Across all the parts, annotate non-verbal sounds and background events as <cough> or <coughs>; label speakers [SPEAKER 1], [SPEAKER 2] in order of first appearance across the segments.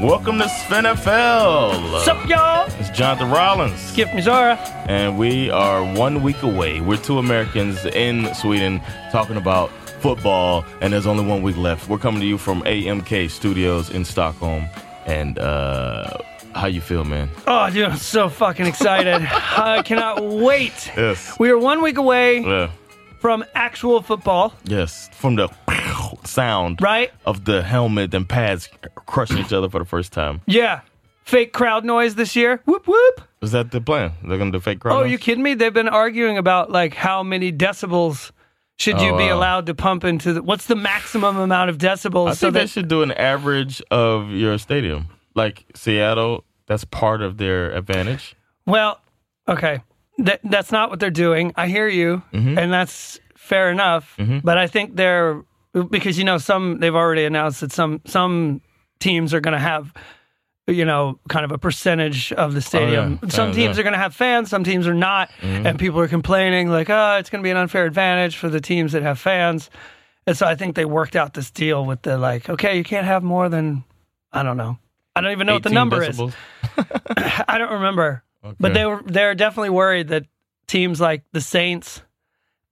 [SPEAKER 1] Welcome to SpinFL.
[SPEAKER 2] What's up, y'all?
[SPEAKER 1] It's Jonathan Rollins.
[SPEAKER 2] Skip Mizora.
[SPEAKER 1] And we are one week away. We're two Americans in Sweden talking about football, and there's only one week left. We're coming to you from AMK Studios in Stockholm. And uh, how you feel, man?
[SPEAKER 2] Oh, dude, I'm so fucking excited.
[SPEAKER 1] <laughs>
[SPEAKER 2] I cannot wait.
[SPEAKER 1] Yes.
[SPEAKER 2] We are one week away
[SPEAKER 1] Yeah.
[SPEAKER 2] from actual football,
[SPEAKER 1] Yes. From the sound
[SPEAKER 2] right?
[SPEAKER 1] of the helmet and pads crushing each other for the first time.
[SPEAKER 2] Yeah. Fake crowd noise this year. Whoop, whoop.
[SPEAKER 1] Is that the plan? They're going to fake crowd
[SPEAKER 2] Oh,
[SPEAKER 1] noise?
[SPEAKER 2] you kidding me? They've been arguing about like how many decibels should you
[SPEAKER 1] Oh,
[SPEAKER 2] be
[SPEAKER 1] wow.
[SPEAKER 2] allowed to pump into the, what's the maximum amount of decibels
[SPEAKER 1] I
[SPEAKER 2] so
[SPEAKER 1] think they
[SPEAKER 2] that
[SPEAKER 1] should do an average of your stadium. Like Seattle, that's part of their advantage.
[SPEAKER 2] Well, okay. That that's not what they're doing. I hear you,
[SPEAKER 1] Mm-hmm.
[SPEAKER 2] and that's fair enough. But I think they're because you know some they've already announced that some some teams are going to have you know kind of a percentage of the stadium.
[SPEAKER 1] Oh, yeah.
[SPEAKER 2] Some
[SPEAKER 1] Yeah,
[SPEAKER 2] teams
[SPEAKER 1] yeah.
[SPEAKER 2] are going to have fans, some teams are not,
[SPEAKER 1] Mm-hmm.
[SPEAKER 2] and people are complaining like, "Oh, it's going to be an unfair advantage for the teams that have fans." And so I think they worked out this deal with the like, "Okay, you can't have more than I don't know. I don't even know what the
[SPEAKER 1] 18
[SPEAKER 2] number is."
[SPEAKER 1] decibels.
[SPEAKER 2] I don't remember, but
[SPEAKER 1] Okay.
[SPEAKER 2] they were they're definitely worried that teams like the Saints,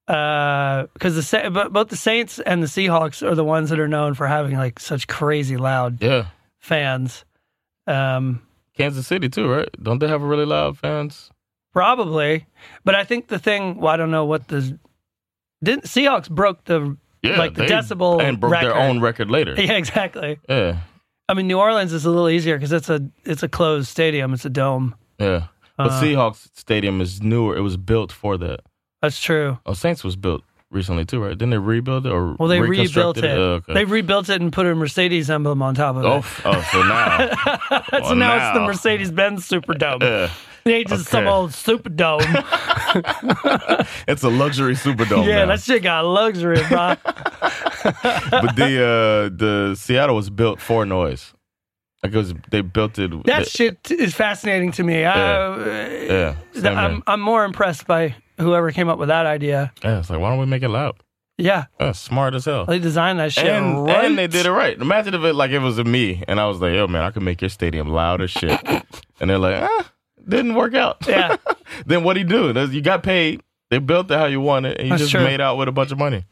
[SPEAKER 2] because the Sa- but both the Saints and the Seahawks are the ones that are known for having like such crazy loud
[SPEAKER 1] Yeah.
[SPEAKER 2] fans. Um,
[SPEAKER 1] Kansas City too, right? Don't they have a really loud fans?
[SPEAKER 2] probably, but I think the thing. Well, I don't know what the didn't Seahawks broke the like the
[SPEAKER 1] they-
[SPEAKER 2] decibel
[SPEAKER 1] and broke their
[SPEAKER 2] record.
[SPEAKER 1] own record later.
[SPEAKER 2] <laughs> Yeah, exactly.
[SPEAKER 1] Yeah,
[SPEAKER 2] I mean, New Orleans is a little easier because it's a it's a closed stadium. It's a dome.
[SPEAKER 1] yeah. But
[SPEAKER 2] Uh,
[SPEAKER 1] Seahawks Stadium is newer. It was built for that.
[SPEAKER 2] That's true.
[SPEAKER 1] Oh, Saints was built recently too, right? Didn't they rebuild it or
[SPEAKER 2] Well, they rebuilt
[SPEAKER 1] reconstructed
[SPEAKER 2] it.
[SPEAKER 1] Oh, okay.
[SPEAKER 2] They rebuilt it and put a Mercedes emblem on top of
[SPEAKER 1] oh,
[SPEAKER 2] it.
[SPEAKER 1] f- oh, so now,
[SPEAKER 2] <laughs> That's
[SPEAKER 1] well,
[SPEAKER 2] now, it's the
[SPEAKER 1] now.
[SPEAKER 2] Mercedes Benz
[SPEAKER 1] <laughs>
[SPEAKER 2] Superdome.
[SPEAKER 1] yeah.
[SPEAKER 2] It ain't just some
[SPEAKER 1] okay.
[SPEAKER 2] old
[SPEAKER 1] <laughs>
[SPEAKER 2] Superdome.
[SPEAKER 1] it's a luxury Superdome. now.
[SPEAKER 2] yeah, that shit got luxury,
[SPEAKER 1] <laughs>
[SPEAKER 2] bro.
[SPEAKER 1] but the uh, the Seattle was built for noise. Like it was, they built it.
[SPEAKER 2] That shit is fascinating to me. I,
[SPEAKER 1] yeah, same here.
[SPEAKER 2] I'm, I'm more impressed by whoever came up with that idea.
[SPEAKER 1] yeah, it's like why don't we make it loud?
[SPEAKER 2] Yeah,
[SPEAKER 1] That's smart as hell.
[SPEAKER 2] they designed that Oh, shit
[SPEAKER 1] and,
[SPEAKER 2] right.
[SPEAKER 1] and they did it right. Imagine if it like it was a me and I was like, yo man, I could make your stadium loud as shit. and they're like, ah, didn't work out.
[SPEAKER 2] <laughs> Yeah.
[SPEAKER 1] then what do you do? There's- You got paid. They built it how you want it, and you
[SPEAKER 2] That's
[SPEAKER 1] just
[SPEAKER 2] true.
[SPEAKER 1] made out with a bunch of money.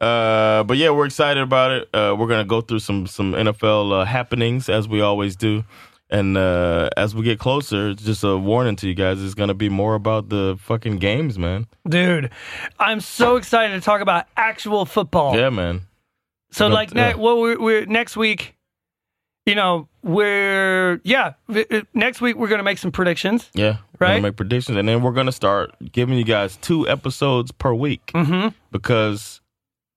[SPEAKER 1] Uh, but yeah, we're excited about it. Uh, we're gonna go through some some NFL uh, happenings as we always do, and uh, as we get closer, it's just a warning to you guys: it's gonna be more about the fucking games, man.
[SPEAKER 2] Dude, I'm so excited to talk about actual football.
[SPEAKER 1] Yeah, man.
[SPEAKER 2] So
[SPEAKER 1] No,
[SPEAKER 2] like ne-
[SPEAKER 1] yeah.
[SPEAKER 2] well, we're, we're next week. You know, we're yeah. v- uh, Next week we're gonna make some predictions.
[SPEAKER 1] Yeah, we're gonna
[SPEAKER 2] Right?
[SPEAKER 1] Make predictions, and then we're gonna start giving you guys two episodes per week
[SPEAKER 2] Mm-hmm.
[SPEAKER 1] because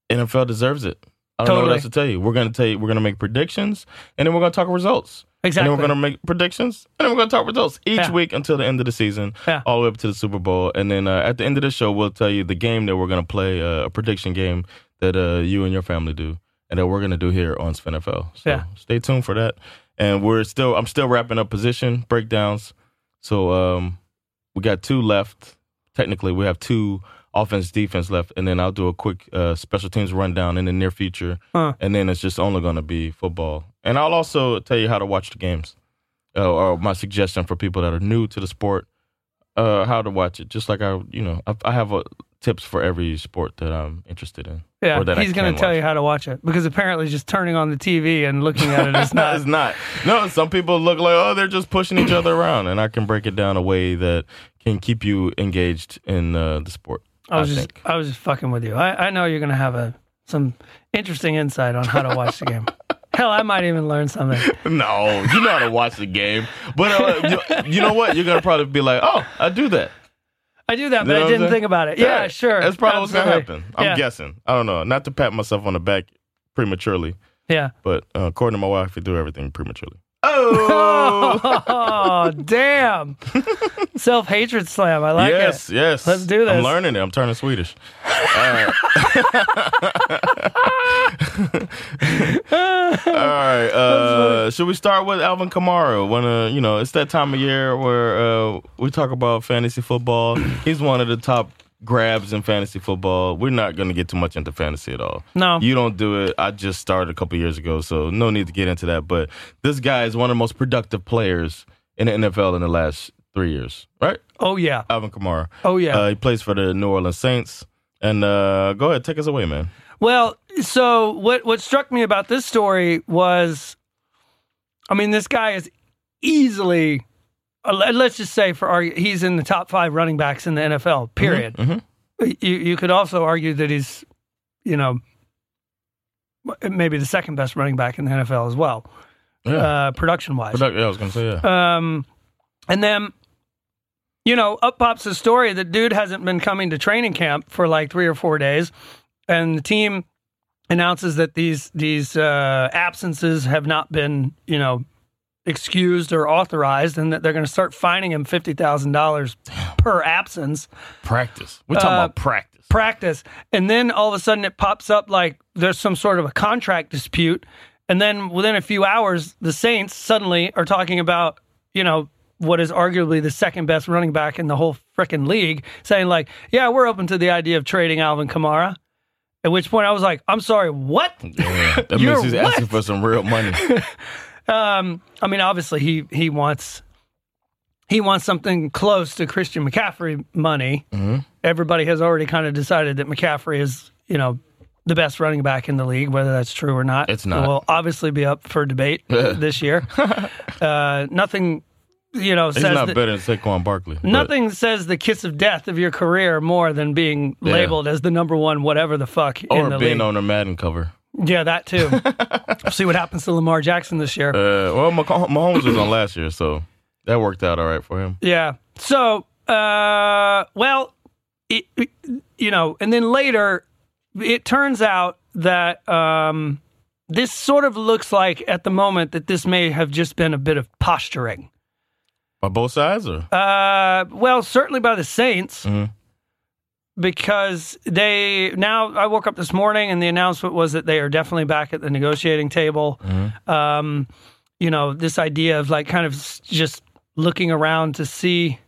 [SPEAKER 1] NFL deserves it. I don't know what
[SPEAKER 2] Totally.
[SPEAKER 1] else to tell you. We're gonna tell you. We're gonna make predictions, and then we're gonna talk results.
[SPEAKER 2] Exactly.
[SPEAKER 1] And then we're gonna make predictions, and then we're gonna talk results each
[SPEAKER 2] Yeah.
[SPEAKER 1] week until the end of the season,
[SPEAKER 2] Yeah.
[SPEAKER 1] all the way up to the Super Bowl. And then uh, at the end of the show, we'll tell you the game that we're gonna play, uh, a prediction game that uh, you and your family do, and that we're gonna do here on Spin NFL. So
[SPEAKER 2] Yeah.
[SPEAKER 1] stay tuned for that. And we're still, I'm still wrapping up position breakdowns. So um, we got two left. Technically, we have two offense defense left, and then I'll do a quick uh, special teams rundown in the near future,
[SPEAKER 2] Huh.
[SPEAKER 1] and then it's just only going to be football. And I'll also tell you how to watch the games, uh, or my suggestion for people that are new to the sport, uh, how to watch it. Just like I, you know, I, I have uh tips for every sport that I'm interested in.
[SPEAKER 2] Yeah,
[SPEAKER 1] or that I
[SPEAKER 2] he's gonna
[SPEAKER 1] can
[SPEAKER 2] tell
[SPEAKER 1] watch.
[SPEAKER 2] you how to watch it because apparently just turning on the TV and looking
[SPEAKER 1] <laughs>
[SPEAKER 2] at it is not.
[SPEAKER 1] it's not. No, some people look like, oh, they're just pushing each other around. And I can break it down a way that can keep you engaged in uh, the sport.
[SPEAKER 2] I was
[SPEAKER 1] I
[SPEAKER 2] just
[SPEAKER 1] think.
[SPEAKER 2] I was just fucking with you. I, I know you're gonna have a some interesting insight on how to watch
[SPEAKER 1] <laughs>
[SPEAKER 2] the game. Hell, I might even learn something.
[SPEAKER 1] No, you know how to watch the game, but uh, you, you know what? You're gonna probably be like, "Oh, I do that."
[SPEAKER 2] I do that,
[SPEAKER 1] You know
[SPEAKER 2] but I
[SPEAKER 1] what I'm
[SPEAKER 2] didn't
[SPEAKER 1] saying?
[SPEAKER 2] think about it. Yeah,
[SPEAKER 1] Right.
[SPEAKER 2] sure.
[SPEAKER 1] That's probably what's gonna
[SPEAKER 2] Absolutely.
[SPEAKER 1] happen. I'm
[SPEAKER 2] yeah.
[SPEAKER 1] guessing. I don't know. Not to pat myself on the back prematurely,
[SPEAKER 2] Yeah.
[SPEAKER 1] but uh, according to my wife, we do everything
[SPEAKER 2] <laughs>
[SPEAKER 1] prematurely. <laughs> Oh,
[SPEAKER 2] Oh, <laughs>
[SPEAKER 1] <laughs>
[SPEAKER 2] damn. Self hatred slam. I like
[SPEAKER 1] yes,
[SPEAKER 2] it.
[SPEAKER 1] yes.
[SPEAKER 2] Let's do
[SPEAKER 1] I'm
[SPEAKER 2] this.
[SPEAKER 1] learning it. I'm turning Swedish. Uh, <laughs> All right. Uh, should we start with Alvin Kamara? When uh, you know, it's that time of year where uh, we talk about fantasy
[SPEAKER 2] <clears throat>
[SPEAKER 1] football. He's one of the top grabs in fantasy football. We're not going to get too much into fantasy at all.
[SPEAKER 2] No.
[SPEAKER 1] you don't do it. I just started a couple years ago, so no need to get into that. But this guy is one of the most productive players in the NFL in the last three years, right?
[SPEAKER 2] Oh, yeah.
[SPEAKER 1] Alvin Kamara.
[SPEAKER 2] Oh, yeah.
[SPEAKER 1] Uh, he plays for the New Orleans Saints. And uh, go ahead, take us away, man.
[SPEAKER 2] Well, so what what struck me about this story was I mean, this guy is easily uh, let- let's just say for argu- he's in the top 5 running backs in the NFL. Period.
[SPEAKER 1] mhm.
[SPEAKER 2] You you could also argue that he's you know maybe the second best running back in the NFL as well.
[SPEAKER 1] Mm-hmm.
[SPEAKER 2] Uh, production wise.
[SPEAKER 1] Product- yeah, I was gonna say yeah.
[SPEAKER 2] Um, and then, you know, up pops the story that dude hasn't been coming to training camp for like three or four days, and the team announces that these these uh, absences have not been, you know, excused or authorized, and that they're going to start fining him fifty thousand dollars per absence
[SPEAKER 1] practice. We're talking
[SPEAKER 2] uh,
[SPEAKER 1] about practice.
[SPEAKER 2] practice. And then all of a sudden it pops up like there's some sort of a contract dispute. And then within a few hours, the Saints suddenly are talking about, you know, what is arguably the second best running back in the whole frickin' league, saying, like, yeah, we're open to the idea of trading Alvin Kamara. At which point I was like, I'm sorry, what?
[SPEAKER 1] Yeah, that
[SPEAKER 2] <laughs> You're
[SPEAKER 1] means he's asking
[SPEAKER 2] what?
[SPEAKER 1] for some real
[SPEAKER 2] <laughs>
[SPEAKER 1] money.
[SPEAKER 2] I mean, obviously he he wants he wants something close to Christian McCaffrey money.
[SPEAKER 1] Mm-hmm.
[SPEAKER 2] Everybody has already kind of decided that McCaffrey is you know the best running back in the league, whether that's true or not.
[SPEAKER 1] It's not.
[SPEAKER 2] Will obviously be up
[SPEAKER 1] <laughs>
[SPEAKER 2] for debate this year. Uh, nothing, you know,
[SPEAKER 1] He's
[SPEAKER 2] says
[SPEAKER 1] not
[SPEAKER 2] that-
[SPEAKER 1] better than Saquon Barkley. but-
[SPEAKER 2] Nothing says the kiss of death of your career more than being labeled as the number one whatever the fuck in
[SPEAKER 1] or
[SPEAKER 2] the
[SPEAKER 1] being
[SPEAKER 2] league.
[SPEAKER 1] on a Madden cover.
[SPEAKER 2] yeah,
[SPEAKER 1] <laughs>
[SPEAKER 2] that too. See what happens to Lamar Jackson this year.
[SPEAKER 1] Uh, well, Mah- Mahomes was on last year, so that worked out all right for him.
[SPEAKER 2] Yeah. So, uh, well, it, it- you know, and then later, it turns out that um, this sort of looks like at the moment that this may have just been a bit of posturing.
[SPEAKER 1] By both sides, or
[SPEAKER 2] Uh, well, certainly by the Saints.
[SPEAKER 1] Mm-hmm.
[SPEAKER 2] Because they now, I woke up this morning and the announcement was that they are definitely back at the negotiating table.
[SPEAKER 1] Mm-hmm.
[SPEAKER 2] Um, you know, this idea of like kind of s- just looking around to see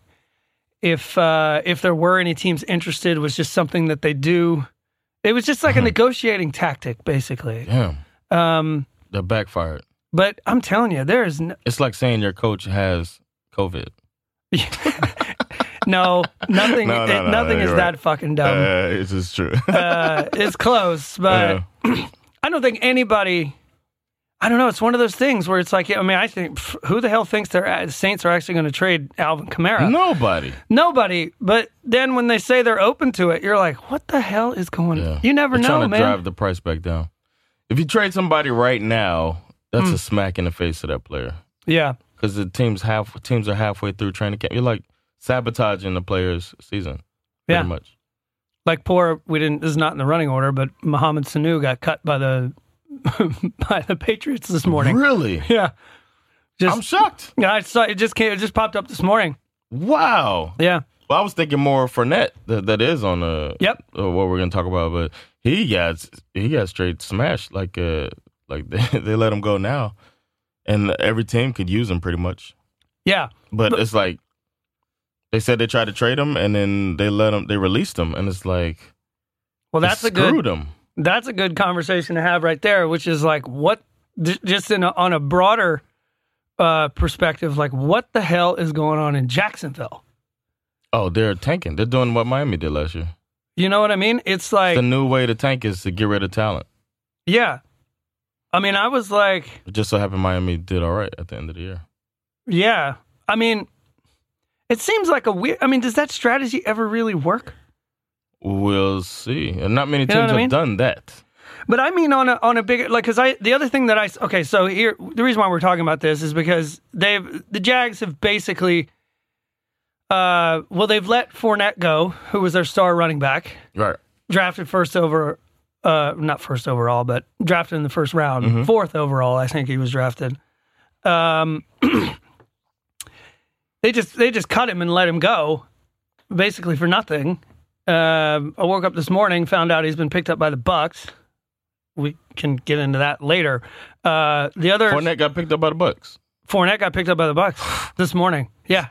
[SPEAKER 2] if uh, if there were any teams interested was just something that they do. It was just like
[SPEAKER 1] Mm-hmm.
[SPEAKER 2] a negotiating tactic, basically.
[SPEAKER 1] damn,
[SPEAKER 2] Um,
[SPEAKER 1] that backfired.
[SPEAKER 2] but I'm telling you, there is no,
[SPEAKER 1] It's like saying your coach has COVID.
[SPEAKER 2] no <laughs> nothing.
[SPEAKER 1] No, no,
[SPEAKER 2] it-
[SPEAKER 1] no,
[SPEAKER 2] nothing
[SPEAKER 1] no,
[SPEAKER 2] is
[SPEAKER 1] you're
[SPEAKER 2] that fucking dumb.
[SPEAKER 1] uh, it's just true. <laughs>
[SPEAKER 2] uh, it's close, but I don't think anybody. I don't know. It's one of those things where it's like, I mean, I think pff, who the hell thinks the Saints are actually going to trade Alvin Kamara?
[SPEAKER 1] Nobody.
[SPEAKER 2] Nobody. But then when they say they're open to it, you're like, what the hell is going?
[SPEAKER 1] Yeah.
[SPEAKER 2] on? You never
[SPEAKER 1] They're
[SPEAKER 2] know,
[SPEAKER 1] trying to
[SPEAKER 2] man.
[SPEAKER 1] drive the price back down. If you trade somebody right now,
[SPEAKER 2] Hmm.
[SPEAKER 1] that's a smack in the face of that player
[SPEAKER 2] Yeah,
[SPEAKER 1] because the teams half teams are halfway through training camp. You're like sabotaging the player's season.
[SPEAKER 2] Yeah.
[SPEAKER 1] pretty much.
[SPEAKER 2] like poor. We didn't. This is not in the running order, but Mohamed Sanu got cut by the <laughs> by the Patriots this morning.
[SPEAKER 1] Really,
[SPEAKER 2] <laughs> Yeah,
[SPEAKER 1] I'm
[SPEAKER 2] just
[SPEAKER 1] shocked.
[SPEAKER 2] yeah. I saw it just came. It just popped up this morning.
[SPEAKER 1] Wow.
[SPEAKER 2] Yeah.
[SPEAKER 1] Well, I was thinking more Fournette that, that is on uh,
[SPEAKER 2] Yep.
[SPEAKER 1] uh, what we're gonna talk about, but he got he got straight smashed. Like uh, like <laughs> they, they let him go now, and every team could use him pretty much.
[SPEAKER 2] Yeah.
[SPEAKER 1] But, it's like they said they tried to trade him, and then they let him they released him, and it's like
[SPEAKER 2] Well,
[SPEAKER 1] they
[SPEAKER 2] that's a good.
[SPEAKER 1] screwed him.
[SPEAKER 2] that's a good conversation to have right there which is like what j- just in a, on a broader uh, perspective like what the hell is going on in jacksonville
[SPEAKER 1] Oh, they're tanking. They're doing what Miami did last year.
[SPEAKER 2] you know what i mean it's like
[SPEAKER 1] the new way to tank is to get rid of talent.
[SPEAKER 2] yeah i mean i was like
[SPEAKER 1] It just so happened Miami did all right at the end of the year.
[SPEAKER 2] yeah i mean it seems like a weird i mean does that strategy ever really work
[SPEAKER 1] We'll see. And not many
[SPEAKER 2] know
[SPEAKER 1] teams
[SPEAKER 2] what I
[SPEAKER 1] have
[SPEAKER 2] mean?
[SPEAKER 1] done that.
[SPEAKER 2] But I mean on a on a bigger like because I the other thing that I s- okay so here the reason why we're talking about this is because they've the Jags have basically uh well they've let Fournette go who was their star running back
[SPEAKER 1] Right.
[SPEAKER 2] drafted first over uh not first overall but drafted in the first round fourth overall I think he was drafted um <clears throat> they just they just cut him and let him go basically for nothing um I woke up this morning found out he's been picked up by the Bucks we can get into that later uh the other
[SPEAKER 1] Fournette got picked up by the Bucks.
[SPEAKER 2] Fournette got picked up by the Bucks this morning. Yeah.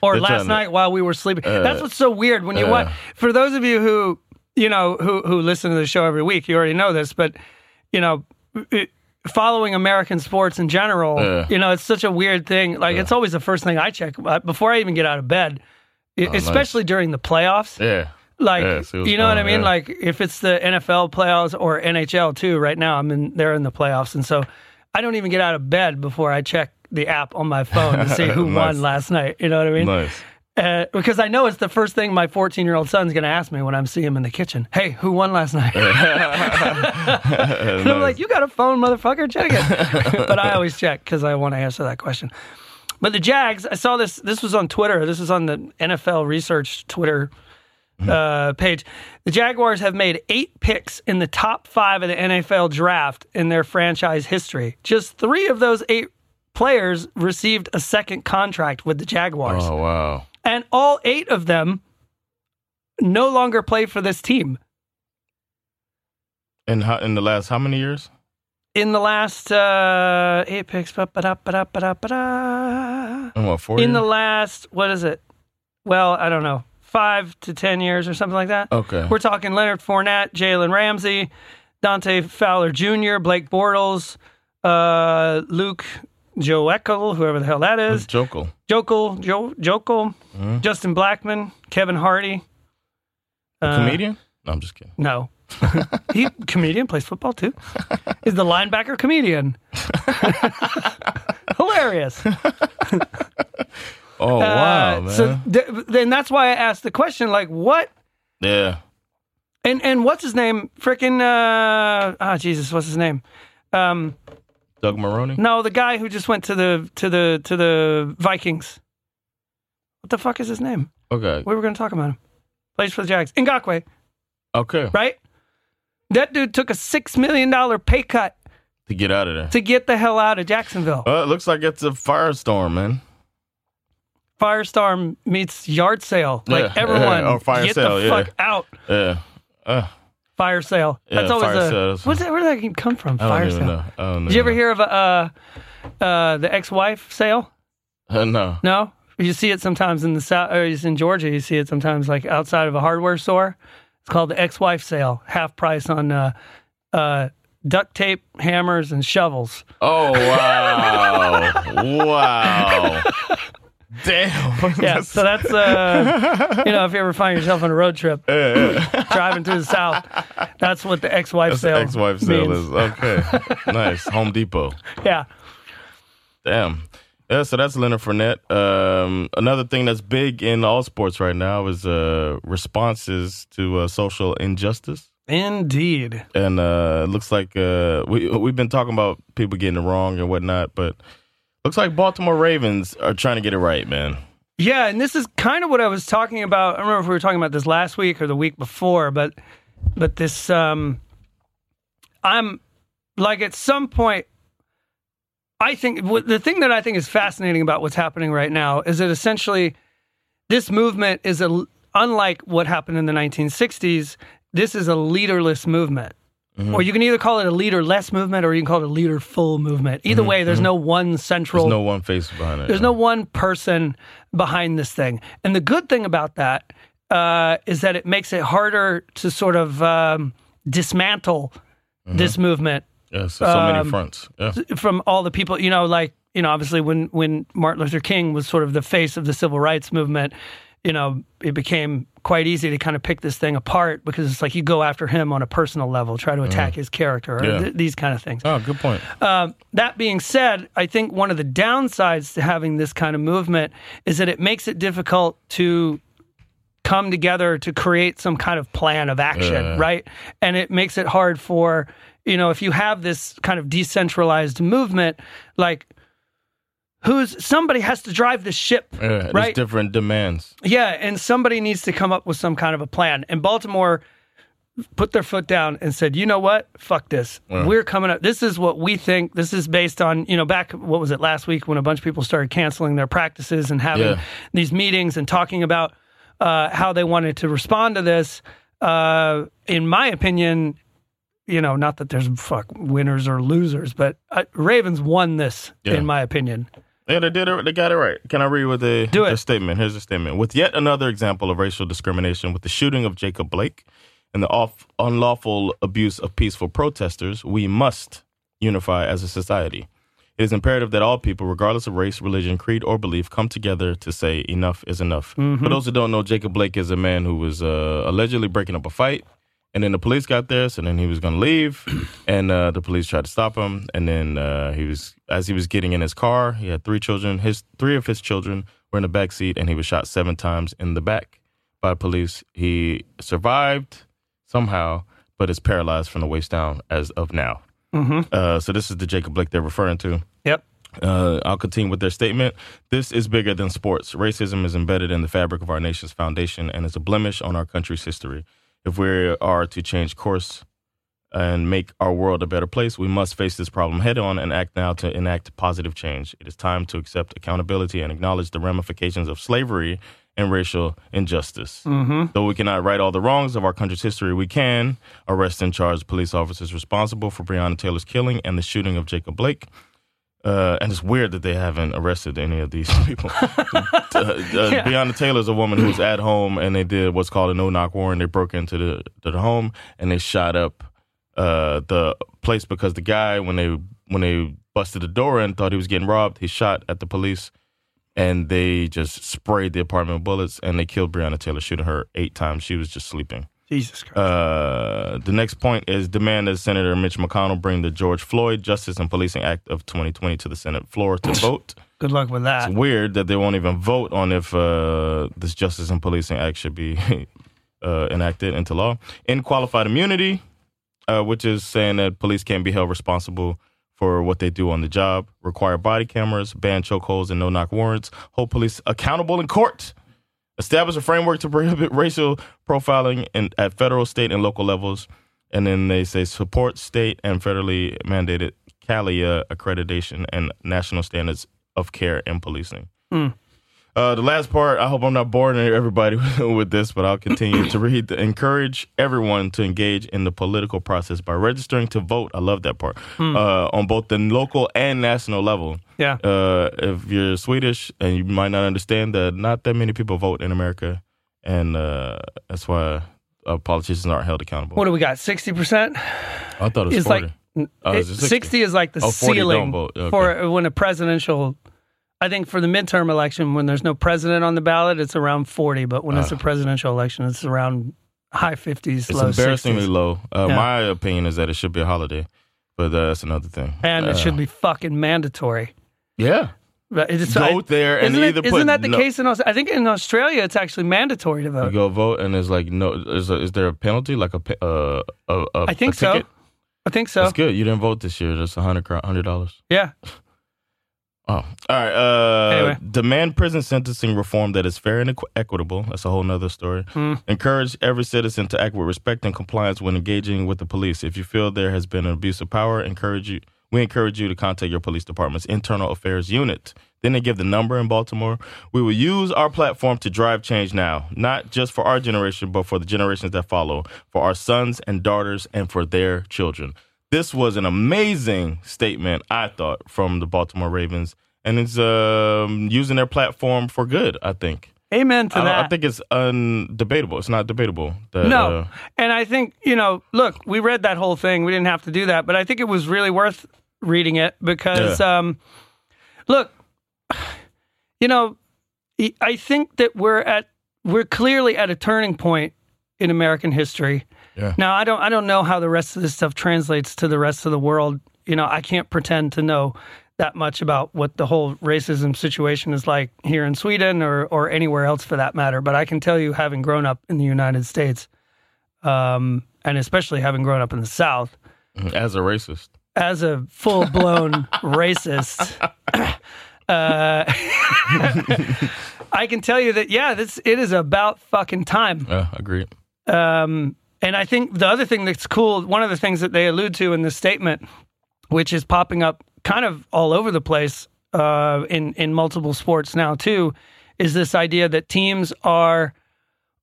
[SPEAKER 2] Or
[SPEAKER 1] They're trying
[SPEAKER 2] last
[SPEAKER 1] to- Uh,
[SPEAKER 2] night while we were sleeping. That's what's so weird when you watch. For those of you who you know who who listen to the show every week, you already know this, but you know, it- following American sports in general,
[SPEAKER 1] Yeah.
[SPEAKER 2] you know, it's such a weird thing. Like it's always the first thing I check uh, before I even get out of bed,
[SPEAKER 1] Oh,
[SPEAKER 2] e- especially during the playoffs.
[SPEAKER 1] Yeah.
[SPEAKER 2] Like
[SPEAKER 1] Yeah, see what's
[SPEAKER 2] you know what I
[SPEAKER 1] going on,
[SPEAKER 2] mean?
[SPEAKER 1] yeah.
[SPEAKER 2] Like if it's the NFL playoffs or NHL too, right now I'm in they're in the playoffs and so I don't even get out of bed before I check the app on my phone to
[SPEAKER 1] <laughs>
[SPEAKER 2] see who
[SPEAKER 1] Nice.
[SPEAKER 2] won last night. You know what I mean?
[SPEAKER 1] Nice.
[SPEAKER 2] Uh, because I know it's the first thing my 14 year old son's going to ask me when I'm seeing him in the kitchen. Hey, who won last night? <laughs> and I'm like, you got a phone, motherfucker? Check it. but I always check because I want to answer that question. But the Jags, I saw this. This was on Twitter. This was on the NFL Research Twitter uh, page. The Jaguars have made eight picks in the top five of the NFL draft in their franchise history. Just three of those eight players received a second contract with the Jaguars
[SPEAKER 1] Oh wow.
[SPEAKER 2] and all eight of them no longer play for this team
[SPEAKER 1] In how, in the last how many years?
[SPEAKER 2] in the last uh, eight picks. ba- ba- da- ba- da- ba- da- ba- da.
[SPEAKER 1] In what four?
[SPEAKER 2] In the
[SPEAKER 1] years?
[SPEAKER 2] last, what is it? Well, I don't know, five to ten years or something like that.
[SPEAKER 1] okay.
[SPEAKER 2] We're talking Leonard Fournette, Jalen Ramsey, Dante Fowler Jr., Blake Bortles, uh, Luke Joekel, whoever the hell that is.
[SPEAKER 1] It's Jokel.
[SPEAKER 2] Jokel, jo- Jokel,
[SPEAKER 1] Hmm.
[SPEAKER 2] Justin Blackman, Kevin Hardy.
[SPEAKER 1] A
[SPEAKER 2] Uh,
[SPEAKER 1] comedian? No, I'm just kidding.
[SPEAKER 2] No. <laughs> he comedian plays football too. Is the linebacker comedian? <laughs> Hilarious.
[SPEAKER 1] Oh wow,
[SPEAKER 2] Uh,
[SPEAKER 1] man.
[SPEAKER 2] so th- then that's why I asked the question like what
[SPEAKER 1] yeah.
[SPEAKER 2] and and what's his name? Frickin' uh oh Jesus, what's his name? Um
[SPEAKER 1] Doug Maroney.
[SPEAKER 2] no, the guy who just went to the to the to the Vikings. What the fuck is his name?
[SPEAKER 1] Okay.
[SPEAKER 2] We were going to talk about him. Plays for the Jags. Ngakwe,
[SPEAKER 1] Okay.
[SPEAKER 2] right? That dude took a 6 million dollar pay cut
[SPEAKER 1] To get out of there.
[SPEAKER 2] to get the hell out of Jacksonville.
[SPEAKER 1] Well, it looks like it's a firestorm, man.
[SPEAKER 2] Firestorm meets yard sale. Like
[SPEAKER 1] Yeah,
[SPEAKER 2] everyone,
[SPEAKER 1] yeah, or fire
[SPEAKER 2] get
[SPEAKER 1] sale,
[SPEAKER 2] the
[SPEAKER 1] yeah.
[SPEAKER 2] fuck out.
[SPEAKER 1] Yeah. Uh,
[SPEAKER 2] Fire sale.
[SPEAKER 1] Yeah,
[SPEAKER 2] That's always
[SPEAKER 1] fire
[SPEAKER 2] a.
[SPEAKER 1] sale.
[SPEAKER 2] What's that, where did that come from?
[SPEAKER 1] I don't
[SPEAKER 2] Fire
[SPEAKER 1] even
[SPEAKER 2] sale.
[SPEAKER 1] know. I don't
[SPEAKER 2] Did you ever
[SPEAKER 1] know.
[SPEAKER 2] hear of a, uh, uh, the ex-wife sale?
[SPEAKER 1] Uh, no.
[SPEAKER 2] No. You see it sometimes in the south, or it's in Georgia. You see it sometimes like outside of a hardware store. It's called the ex-wife sale. Half price on uh, uh, duct tape, hammers, and shovels.
[SPEAKER 1] Oh
[SPEAKER 2] <laughs>
[SPEAKER 1] wow! wow! Damn. <laughs>
[SPEAKER 2] Yeah. so that's uh, you know, if you ever find yourself on a road trip, <laughs> driving through the south, that's what the ex-wife
[SPEAKER 1] That's
[SPEAKER 2] sale.
[SPEAKER 1] the ex-wife sale
[SPEAKER 2] means.
[SPEAKER 1] is okay.
[SPEAKER 2] <laughs>
[SPEAKER 1] nice. Home Depot.
[SPEAKER 2] Yeah.
[SPEAKER 1] Damn. Yeah, so that's Leonard Fournette. Um, another thing that's big in all sports right now is uh, responses to uh, social injustice,
[SPEAKER 2] Indeed.
[SPEAKER 1] and uh, it looks like uh, we we've been talking about people getting it wrong and whatnot, but looks like Baltimore Ravens are trying to get it right, man.
[SPEAKER 2] Yeah, and this is kind of what I was talking about. I don't remember if we were talking about this last week or the week before, but but this um I'm like at some point I think what- the thing that I think is fascinating about what's happening right now is that essentially this movement is a, unlike what happened in the 1960s. This is a leaderless movement. Or you can either call it a leaderless movement or you can call it a leaderful movement. Either way, there's no one central
[SPEAKER 1] There's no one face behind it.
[SPEAKER 2] there's no one person behind this thing. And the good thing about that uh, is that it makes it harder to sort of um, dismantle this movement
[SPEAKER 1] yeah, so, so
[SPEAKER 2] um,
[SPEAKER 1] many fronts. Yeah.
[SPEAKER 2] from all the people, you know, like, you know, obviously when, when Martin Luther King was sort of the face of the civil rights movement, you know, it became quite easy to kind of pick this thing apart because it's like you go after him on a personal level, try to attack his character or
[SPEAKER 1] Yeah.
[SPEAKER 2] th- these kind of things.
[SPEAKER 1] Oh, good point.
[SPEAKER 2] uh, That being said, I think one of the downsides to having this kind of movement is that it makes it difficult to come together to create some kind of plan of action, right? And it makes it hard for, you know, if you have this kind of decentralized movement, like who's somebody has to drive the ship,
[SPEAKER 1] Yeah, there's
[SPEAKER 2] right?
[SPEAKER 1] different demands.
[SPEAKER 2] Yeah, and somebody needs to come up with some kind of a plan. And Baltimore put their foot down and said, "You know what? Fuck this. We're coming up. This is what we think. This is based on you know back what was it last week when a bunch of people started canceling their practices and having
[SPEAKER 1] Yeah.
[SPEAKER 2] these meetings and talking about uh, how they wanted to respond to this. Uh, in my opinion." You know, not that there's fuck winners or losers, but uh, Ravens won this,
[SPEAKER 1] Yeah.
[SPEAKER 2] in my opinion.
[SPEAKER 1] Yeah, they did. It, they got it right. Can I read what the
[SPEAKER 2] Do it.
[SPEAKER 1] statement? Here's a statement. With yet another example of racial discrimination, with the shooting of Jacob Blake and the off, unlawful abuse of peaceful protesters, we must unify as a society. It is imperative that all people, regardless of race, religion, creed, or belief, come together to say enough is enough.
[SPEAKER 2] Mm-hmm.
[SPEAKER 1] For those who don't know, Jacob Blake is a man who was uh, allegedly breaking up a fight. And then the police got there, so then he was gonna leave, and uh, the police tried to stop him. And then uh, he was, as he was getting in his car, he had three children. His three of his children were in the back seat, and he was shot seven times in the back by police. He survived somehow, but is paralyzed from the waist down as of now. Uh, so this is the Jacob Blake they're referring to.
[SPEAKER 2] Yep.
[SPEAKER 1] Uh, I'll continue with their statement. This is bigger than sports. Racism is embedded in the fabric of our nation's foundation and is a blemish on our country's history. If we are to change course and make our world a better place, we must face this problem head on and act now to enact positive change. It is time to accept accountability and acknowledge the ramifications of slavery and racial injustice.
[SPEAKER 2] Mm-hmm.
[SPEAKER 1] Though we cannot right all the wrongs of our country's history, we can arrest and charge police officers responsible for Breonna Taylor's killing and the shooting of Jacob Blake. Uh, and it's weird that they haven't arrested any of these <laughs> people. uh, uh, Breonna Taylor's a woman who was at home, and they did what's called a no-knock warrant. They broke into the to the home and they shot up uh, the place because the guy, when they when they busted the door in, thought he was getting robbed. He shot at the police, and they just sprayed the apartment with bullets, and they killed Breonna Taylor, shooting her eight times. She was just sleeping.
[SPEAKER 2] Jesus Christ.
[SPEAKER 1] Uh, the next point is demand that Senator Mitch McConnell bring the George Floyd Justice and Policing Act of 2020 to the Senate floor to vote.
[SPEAKER 2] Good luck with that.
[SPEAKER 1] It's weird that they won't even vote on if uh, this Justice and Policing Act should be <laughs> uh, enacted into law. In qualified immunity, uh, which is saying that police can't be held responsible for what they do on the job, require body cameras, ban chokeholds and no knock warrants, hold police accountable in court. Establish a framework to prohibit <laughs> racial profiling in, at federal, state, and local levels. And then they say support state and federally mandated CALIA accreditation and national standards of care in policing. Uh, the last part, I hope I'm not boring everybody <laughs> with this, but I'll continue to read. Encourage everyone to engage in the political process by registering to vote. I love that part. Uh, on both the local and national level.
[SPEAKER 2] yeah.
[SPEAKER 1] Uh, if you're Swedish and you might not understand that not that many people vote in America, and uh, that's why uh, politicians aren't held accountable.
[SPEAKER 2] what do we got? 60%?
[SPEAKER 1] I thought it was
[SPEAKER 2] It's
[SPEAKER 1] 40.
[SPEAKER 2] like
[SPEAKER 1] Oh,
[SPEAKER 2] it-
[SPEAKER 1] is it
[SPEAKER 2] 60? is like the
[SPEAKER 1] Oh, 40 don't
[SPEAKER 2] ceiling
[SPEAKER 1] vote. Okay.
[SPEAKER 2] for uh, when a presidential I think for the midterm election when there's no president on the ballot it's around 40 but when it's a presidential election it's around high 50s
[SPEAKER 1] Ah. it's
[SPEAKER 2] low
[SPEAKER 1] embarrassingly
[SPEAKER 2] 60s.
[SPEAKER 1] low. Uh,
[SPEAKER 2] Yeah.
[SPEAKER 1] My opinion is that it should be a holiday, but uh, that's another thing.
[SPEAKER 2] and
[SPEAKER 1] Uh,
[SPEAKER 2] it should be fucking mandatory.
[SPEAKER 1] yeah.
[SPEAKER 2] But it's-
[SPEAKER 1] Go
[SPEAKER 2] I-
[SPEAKER 1] there and
[SPEAKER 2] isn't it-
[SPEAKER 1] either put
[SPEAKER 2] isn't that the
[SPEAKER 1] no-
[SPEAKER 2] case in Aus- I think in Australia it's actually mandatory to
[SPEAKER 1] You
[SPEAKER 2] vote.
[SPEAKER 1] go vote, and it's like no. Is, a, is there a penalty? Like a pe- uh, a, a
[SPEAKER 2] I think
[SPEAKER 1] a
[SPEAKER 2] so.
[SPEAKER 1] ticket?
[SPEAKER 2] I think so.
[SPEAKER 1] That's good. You didn't vote this year. That's a hundred hundred dollars.
[SPEAKER 2] Yeah.
[SPEAKER 1] Oh, all right. Uh,
[SPEAKER 2] Anyway.
[SPEAKER 1] Demand prison sentencing reform that is fair and equ- equitable. That's a whole nother story. Encourage every citizen to act with respect and compliance when engaging with the police. If you feel there has been an abuse of power, encourage you. We encourage you to contact your police department's internal affairs unit. Then they give the number in Baltimore. We will use our platform to drive change now, not just for our generation, but for the generations that follow, for our sons and daughters, and for their children. This was an amazing statement, I thought, from the Baltimore Ravens, and it's um, using their platform for good. I think.
[SPEAKER 2] Amen to
[SPEAKER 1] I, don't-
[SPEAKER 2] that.
[SPEAKER 1] I think it's undebatable. It's not debatable. that,
[SPEAKER 2] No.
[SPEAKER 1] uh,
[SPEAKER 2] and I think, you know, look, we read that whole thing. We didn't have to do that, but I think it was really worth reading it because, um, look, you know, I- I think that we're at, we're clearly at a turning point in American history.
[SPEAKER 1] Yeah.
[SPEAKER 2] Now, I don't, I don't know how the rest of this stuff translates to the rest of the world. You know, I can't pretend to know that much about what the whole racism situation is like here in Sweden or or anywhere else for that matter. But I can tell you, having grown up in the United States, um, and especially having grown up in the South,
[SPEAKER 1] uh, as a racist.
[SPEAKER 2] as a full blown racist, <coughs> uh, <laughs> I can tell you that yeah, this it is about fucking time.
[SPEAKER 1] Yeah, agreed.
[SPEAKER 2] Um, and I think the other thing that's cool, one of the things that they allude to in this statement, which is popping up kind of all over the place uh, in in multiple sports now too, is this idea that teams are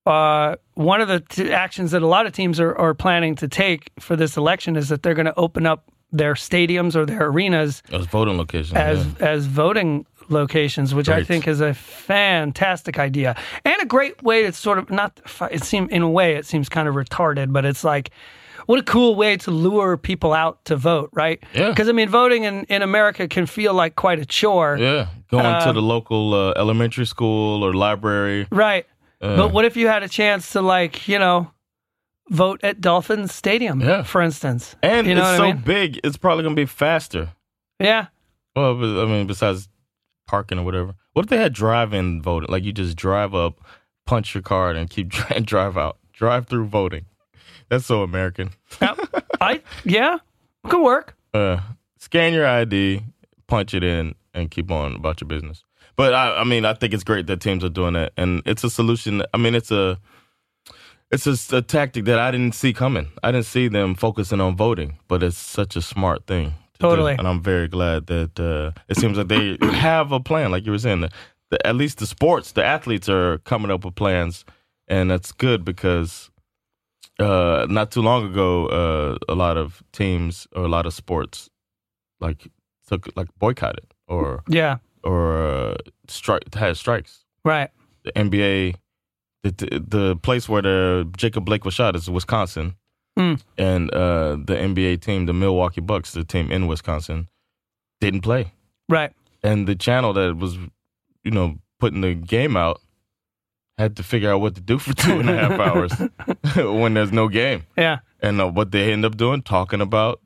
[SPEAKER 2] uh, one of the t- actions that a lot of teams are, are planning to take for this election is that they're going to open up their stadiums or their arenas
[SPEAKER 1] As voting location.
[SPEAKER 2] as
[SPEAKER 1] yeah.
[SPEAKER 2] as voting locations, which I
[SPEAKER 1] Great.
[SPEAKER 2] think is a fantastic idea and a great way to sort of not. It seem in a way it seems kind of retarded, but it's like. What a cool way to lure people out to vote, right?
[SPEAKER 1] Yeah.
[SPEAKER 2] Because I mean, voting in, in America can feel like quite a chore,
[SPEAKER 1] Yeah, going to the
[SPEAKER 2] Um,
[SPEAKER 1] local uh, elementary school or library. uh,
[SPEAKER 2] right? but what if you had a chance to, like, you know, vote at Dolphins Stadium,
[SPEAKER 1] Yeah.
[SPEAKER 2] for instance?
[SPEAKER 1] And
[SPEAKER 2] you know
[SPEAKER 1] it's
[SPEAKER 2] what
[SPEAKER 1] so
[SPEAKER 2] I mean?
[SPEAKER 1] big, it's probably going to be faster.
[SPEAKER 2] Yeah,
[SPEAKER 1] Well, but, I mean, besides parking or whatever. What if they had drive-in voting? Like you just drive up, punch your card, and keep <laughs> dri- and drive out, drive-through voting. That's so American.
[SPEAKER 2] I yeah, could work.
[SPEAKER 1] Uh, scan your ID, punch it in, and keep on about your business. But I, I mean, I think it's great that teams are doing that, and it's a solution. I mean, it's a it's a, a tactic that I didn't see coming. I didn't see them focusing on voting, but it's such a smart thing. to do.
[SPEAKER 2] Totally.
[SPEAKER 1] and I'm very glad that uh, it seems like they <coughs> have a plan. Like you were saying, the, the, at least the sports, the athletes are coming up with plans, and that's good because uh, not too long ago, uh, a lot of teams or a lot of sports like took like boycotted or
[SPEAKER 2] Yeah,
[SPEAKER 1] or uh, strike had strikes
[SPEAKER 2] right.
[SPEAKER 1] the NBA, the, the the place where the Jacob Blake was shot is Wisconsin,
[SPEAKER 2] Mm.
[SPEAKER 1] and uh, the NBA team, the Milwaukee Bucks, the team in Wisconsin, didn't play,
[SPEAKER 2] Right.
[SPEAKER 1] and the channel that was, you know, putting the game out had to figure out what to do for two and a
[SPEAKER 2] <laughs>
[SPEAKER 1] half hours <laughs> when there's no game,
[SPEAKER 2] Yeah.
[SPEAKER 1] and uh, what they end up doing, talking about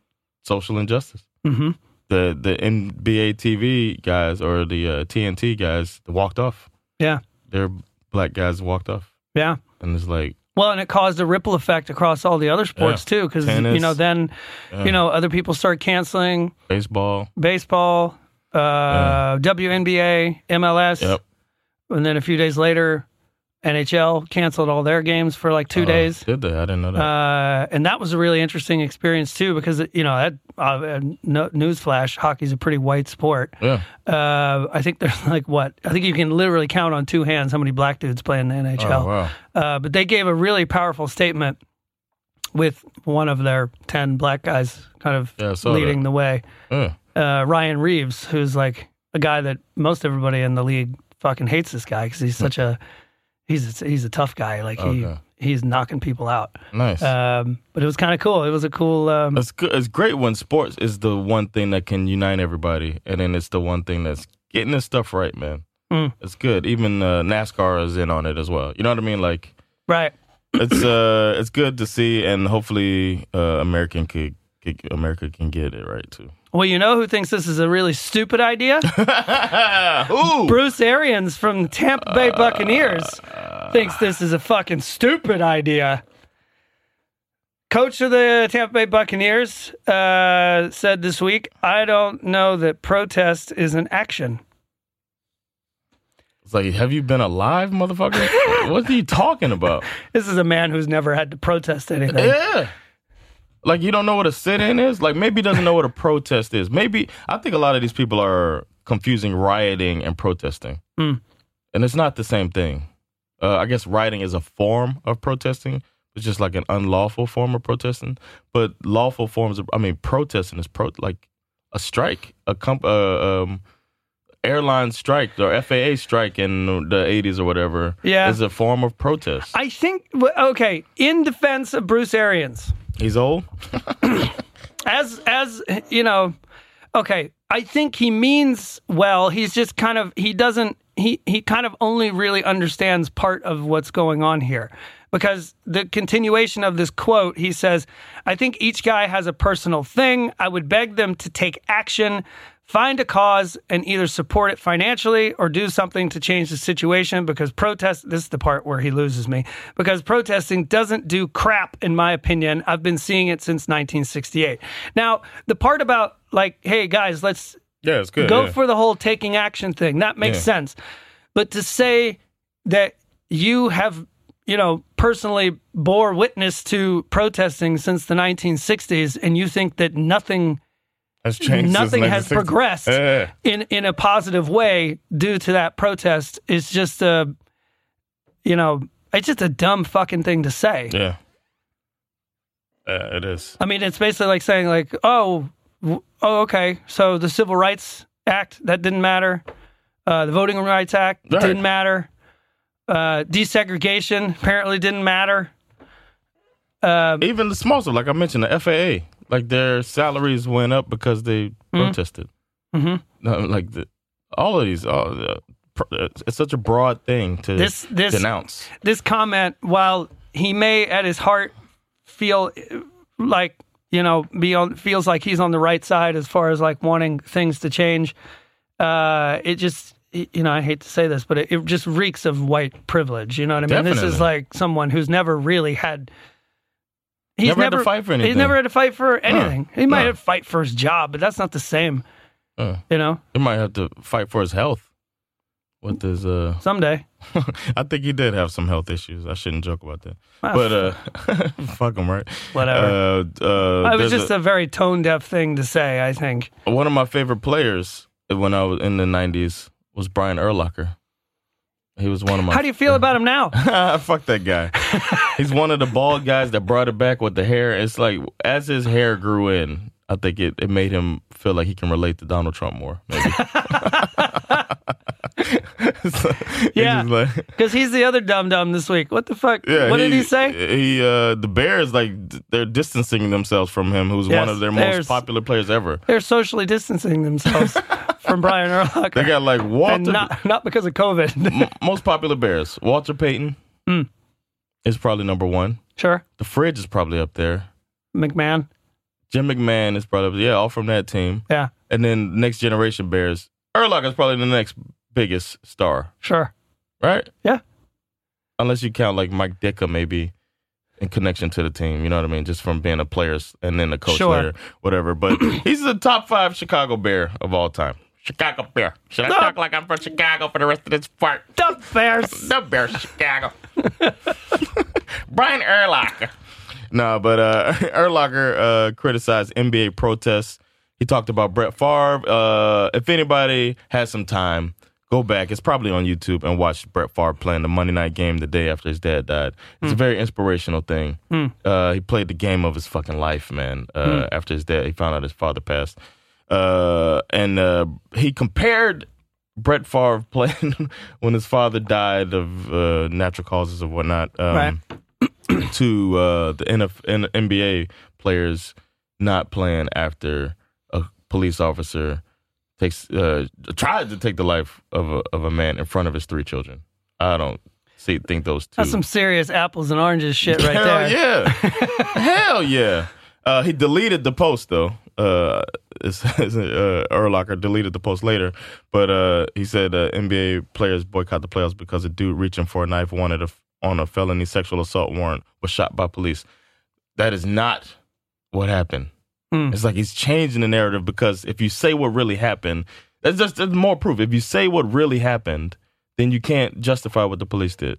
[SPEAKER 1] social injustice
[SPEAKER 2] Mm-hmm.
[SPEAKER 1] the the NBA TV guys or the uh, TNT guys walked off.
[SPEAKER 2] Yeah.
[SPEAKER 1] their black guys walked off,
[SPEAKER 2] Yeah.
[SPEAKER 1] and it's like
[SPEAKER 2] Well, and it caused a ripple effect across all the other sports too, 'cause too, because
[SPEAKER 1] Tennis.
[SPEAKER 2] you know then,
[SPEAKER 1] Yeah.
[SPEAKER 2] you know, other people start canceling
[SPEAKER 1] baseball.
[SPEAKER 2] baseball, uh, WNBA, MLS,
[SPEAKER 1] Yep.
[SPEAKER 2] and then a few days later, NHL canceled all their games for like two
[SPEAKER 1] Oh,
[SPEAKER 2] days,
[SPEAKER 1] Did they? I didn't know that.
[SPEAKER 2] uh, and that was a really interesting experience too, because you know that uh, no, newsflash, hockey's a pretty white sport.
[SPEAKER 1] yeah,
[SPEAKER 2] Uh, I think there's <laughs> like what I think you can literally count on two hands how many black dudes play in the NHL.
[SPEAKER 1] oh wow,
[SPEAKER 2] Uh, but they gave a really powerful statement with one of their 10 black guys kind of
[SPEAKER 1] Yeah, I saw
[SPEAKER 2] leading the way.
[SPEAKER 1] yeah,
[SPEAKER 2] Uh, Ryan Reeves, who's like a guy that most everybody in the league fucking hates this guy because he's such a he's a, he's a tough guy. Like he
[SPEAKER 1] Okay.
[SPEAKER 2] he's knocking people out.
[SPEAKER 1] nice.
[SPEAKER 2] Um, but it was kind of cool. It was a cool. Um,
[SPEAKER 1] it's good. It's great when sports is the one thing that can unite everybody, and then it's the one thing that's getting this stuff right, man.
[SPEAKER 2] Mm.
[SPEAKER 1] It's good. Even uh, NASCAR is in on it as well. You know what I mean? Like
[SPEAKER 2] right.
[SPEAKER 1] it's uh it's good to see, and hopefully uh, American could, could America can get it right too.
[SPEAKER 2] Well, you know who thinks this is a really stupid idea?
[SPEAKER 1] Ooh.
[SPEAKER 2] Bruce Arians from Tampa Bay Buccaneers thinks this is a fucking stupid idea. Coach of the Tampa Bay Buccaneers uh, said this week, I don't know that protest is an action.
[SPEAKER 1] It's like, have you been alive, motherfucker? what are you talking about?
[SPEAKER 2] This is a man who's never had to protest anything.
[SPEAKER 1] Yeah. Like you don't know what a sit-in is? Like maybe he doesn't know what a protest is. Maybe I think a lot of these people are confusing rioting and protesting.
[SPEAKER 2] Mm.
[SPEAKER 1] And it's not the same thing. Uh, I guess rioting is a form of protesting. It's just like an unlawful form of protesting. But lawful forms of I mean protesting is pro like a strike, a comp uh, um airline strike or FAA strike in the 80s or whatever
[SPEAKER 2] Yeah.
[SPEAKER 1] is a form of protest.
[SPEAKER 2] I think, w- okay, in defense of Bruce Arians,
[SPEAKER 1] He's old?
[SPEAKER 2] as, as, you know, okay, I think he means well. He's just kind of, he doesn't, he, he kind of only really understands part of what's going on here. Because the continuation of this quote, he says, I think each guy has a personal thing. I would beg them to take action. Find a cause and either support it financially or do something to change the situation because protest, this is the part where he loses me, because protesting doesn't do crap, in my opinion. I've been seeing it since 1968. Now, the part about like, hey guys, let's
[SPEAKER 1] Yeah, it's good.
[SPEAKER 2] go
[SPEAKER 1] yeah.
[SPEAKER 2] for the whole taking action thing. That makes
[SPEAKER 1] Yeah.
[SPEAKER 2] sense. But to say that you have, you know, personally bore witness to protesting since the 1960s and you think that nothing
[SPEAKER 1] Has changed since
[SPEAKER 2] nothing has
[SPEAKER 1] 1960.
[SPEAKER 2] progressed
[SPEAKER 1] Yeah.
[SPEAKER 2] in in a positive way due to that protest is just a you know, it's just a dumb fucking thing to say.
[SPEAKER 1] Yeah. Yeah, it is.
[SPEAKER 2] I mean, it's basically like saying like, oh, w- oh, okay, so the Civil Rights Act that didn't matter, uh, the Voting Rights Act
[SPEAKER 1] Right.
[SPEAKER 2] didn't matter, uh, desegregation apparently didn't matter. Uh,
[SPEAKER 1] Even the small stuff, like I mentioned, the FAA, like their salaries went up because they
[SPEAKER 2] Mm-hmm.
[SPEAKER 1] protested.
[SPEAKER 2] Mhm.
[SPEAKER 1] No, like the, all of these, all the, pro- it's such a broad thing to
[SPEAKER 2] This- this-
[SPEAKER 1] denounce.
[SPEAKER 2] this comment, while he may at his heart feel uh, like you know be on, feels like he's on the right side as far as like wanting things to change, uh, it just you know I hate to say this, but it, it just reeks of white privilege. You know what I mean? This is
[SPEAKER 1] Definitely.
[SPEAKER 2] like someone who's never really had. He's
[SPEAKER 1] Never had to fight for
[SPEAKER 2] He's
[SPEAKER 1] anything.
[SPEAKER 2] never had to fight for anything. he might
[SPEAKER 1] no.
[SPEAKER 2] have to fight for his job, but that's not the same.
[SPEAKER 1] Uh.
[SPEAKER 2] You know,
[SPEAKER 1] He might have to fight for his health. With his, uh, <laughs>
[SPEAKER 2] someday.
[SPEAKER 1] I think he did have some health issues. I shouldn't joke about that.
[SPEAKER 2] Ah,
[SPEAKER 1] But uh, <laughs> fuck him, right?
[SPEAKER 2] Whatever.
[SPEAKER 1] Uh, uh,
[SPEAKER 2] I was
[SPEAKER 1] there's
[SPEAKER 2] just a, very tone deaf thing to say. I think.
[SPEAKER 1] one of my favorite players when I was in the '90s was Brian Erlacher. He was one of my.
[SPEAKER 2] How do you feel about him now?
[SPEAKER 1] <laughs> Fuck that
[SPEAKER 2] <laughs>
[SPEAKER 1] guy. He's one of the bald guys that brought it back with the hair. It's like as his hair grew in, I think it, it made him feel like he can relate to Donald Trump more.
[SPEAKER 2] <laughs>
[SPEAKER 1] Maybe. <laughs> So, he's
[SPEAKER 2] Yeah.
[SPEAKER 1] just like-
[SPEAKER 2] Because he's the other dum dum this week. What the fuck?
[SPEAKER 1] yeah,
[SPEAKER 2] what did he say?
[SPEAKER 1] He uh, the Bears like d- they're distancing themselves from him, who's
[SPEAKER 2] Yes,
[SPEAKER 1] one of their
[SPEAKER 2] Bears.
[SPEAKER 1] most popular players ever.
[SPEAKER 2] They're socially
[SPEAKER 1] <laughs>
[SPEAKER 2] distancing themselves from Brian
[SPEAKER 1] They
[SPEAKER 2] Urlacher.
[SPEAKER 1] got Mm. like
[SPEAKER 2] And
[SPEAKER 1] Walter
[SPEAKER 2] not, not because of COVID.
[SPEAKER 1] M- most popular bears. Walter Payton
[SPEAKER 2] Mm.
[SPEAKER 1] is probably number one.
[SPEAKER 2] <laughs> sure.
[SPEAKER 1] The fridge is probably up there.
[SPEAKER 2] McMahon.
[SPEAKER 1] Jim McMahon is probably yeah, all from that team.
[SPEAKER 2] Yeah.
[SPEAKER 1] And then next generation bears. Erlock is probably the next biggest star,
[SPEAKER 2] Sure.
[SPEAKER 1] right?
[SPEAKER 2] Yeah.
[SPEAKER 1] Unless you count like Mike Ditka maybe in connection to the team, you know what I mean? Just from being a player and then a coach
[SPEAKER 2] Sure.
[SPEAKER 1] later, whatever.
[SPEAKER 2] <clears throat>
[SPEAKER 1] But he's the top five Chicago Bear of all time. Chicago Bear. Should I
[SPEAKER 2] No.
[SPEAKER 1] talk like I'm from Chicago for the rest of this part?
[SPEAKER 2] Dumb bears.
[SPEAKER 1] The Bears Chicago. <laughs> Brian Erlacher. No, but uh, <laughs> Erlacher uh, criticized NBA protests. He talked about Brett Favre. Uh, if anybody has some time, go back. It's probably on YouTube and watch Brett Favre playing the Monday night game the day after his dad died. It's a very inspirational thing. Uh, he played the game of his fucking life, man. Uh, After his dad, he found out his father passed. Uh, and uh, he compared Brett Favre <laughs> playing when his father died of uh, natural causes or whatnot um, to uh, the NF- N- NBA players not playing after a police officer takes uh, tried to take the life of a, of a man in front of his three children. I don't see think those two.
[SPEAKER 2] That's some serious apples and oranges shit right
[SPEAKER 1] Hell
[SPEAKER 2] there.
[SPEAKER 1] yeah.
[SPEAKER 2] <laughs>
[SPEAKER 1] Hell yeah. Uh, he deleted the post though. Uh, it's, <laughs> it's, uh, Urlacher deleted the post later, but uh, he said uh, NBA players boycott the playoffs because a dude reaching for a knife wanted a, on a felony sexual assault warrant was shot by police. That is not what happened.
[SPEAKER 2] Hmm.
[SPEAKER 1] It's like he's changing the narrative because if you say what really happened, that's just that's more proof. If you say what really happened, then you can't justify what the police did.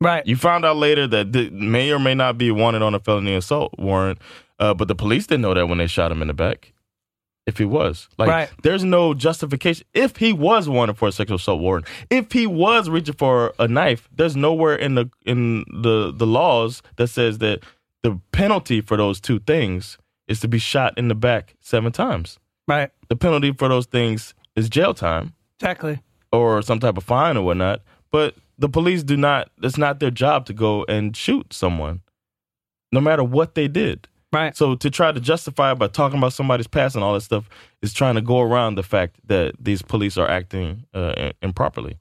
[SPEAKER 2] Right.
[SPEAKER 1] You found out later that th- may or may not be wanted on a felony assault warrant, uh, but the police didn't know that when they shot him in the back. If he was like,
[SPEAKER 2] Right.
[SPEAKER 1] there's no justification. If he was wanted for a sexual assault warrant, if he was reaching for a knife, there's nowhere in the in the the laws that says that the penalty for those two things is to be shot in the back seven times.
[SPEAKER 2] Right.
[SPEAKER 1] The penalty for those things is jail time
[SPEAKER 2] Exactly.
[SPEAKER 1] or some type of fine or whatnot. But the police do not, it's not their job to go and shoot someone, no matter what they did.
[SPEAKER 2] Right.
[SPEAKER 1] So to try to justify it by talking about somebody's past and all that stuff is trying to go around the fact that these police are acting uh, i- improperly.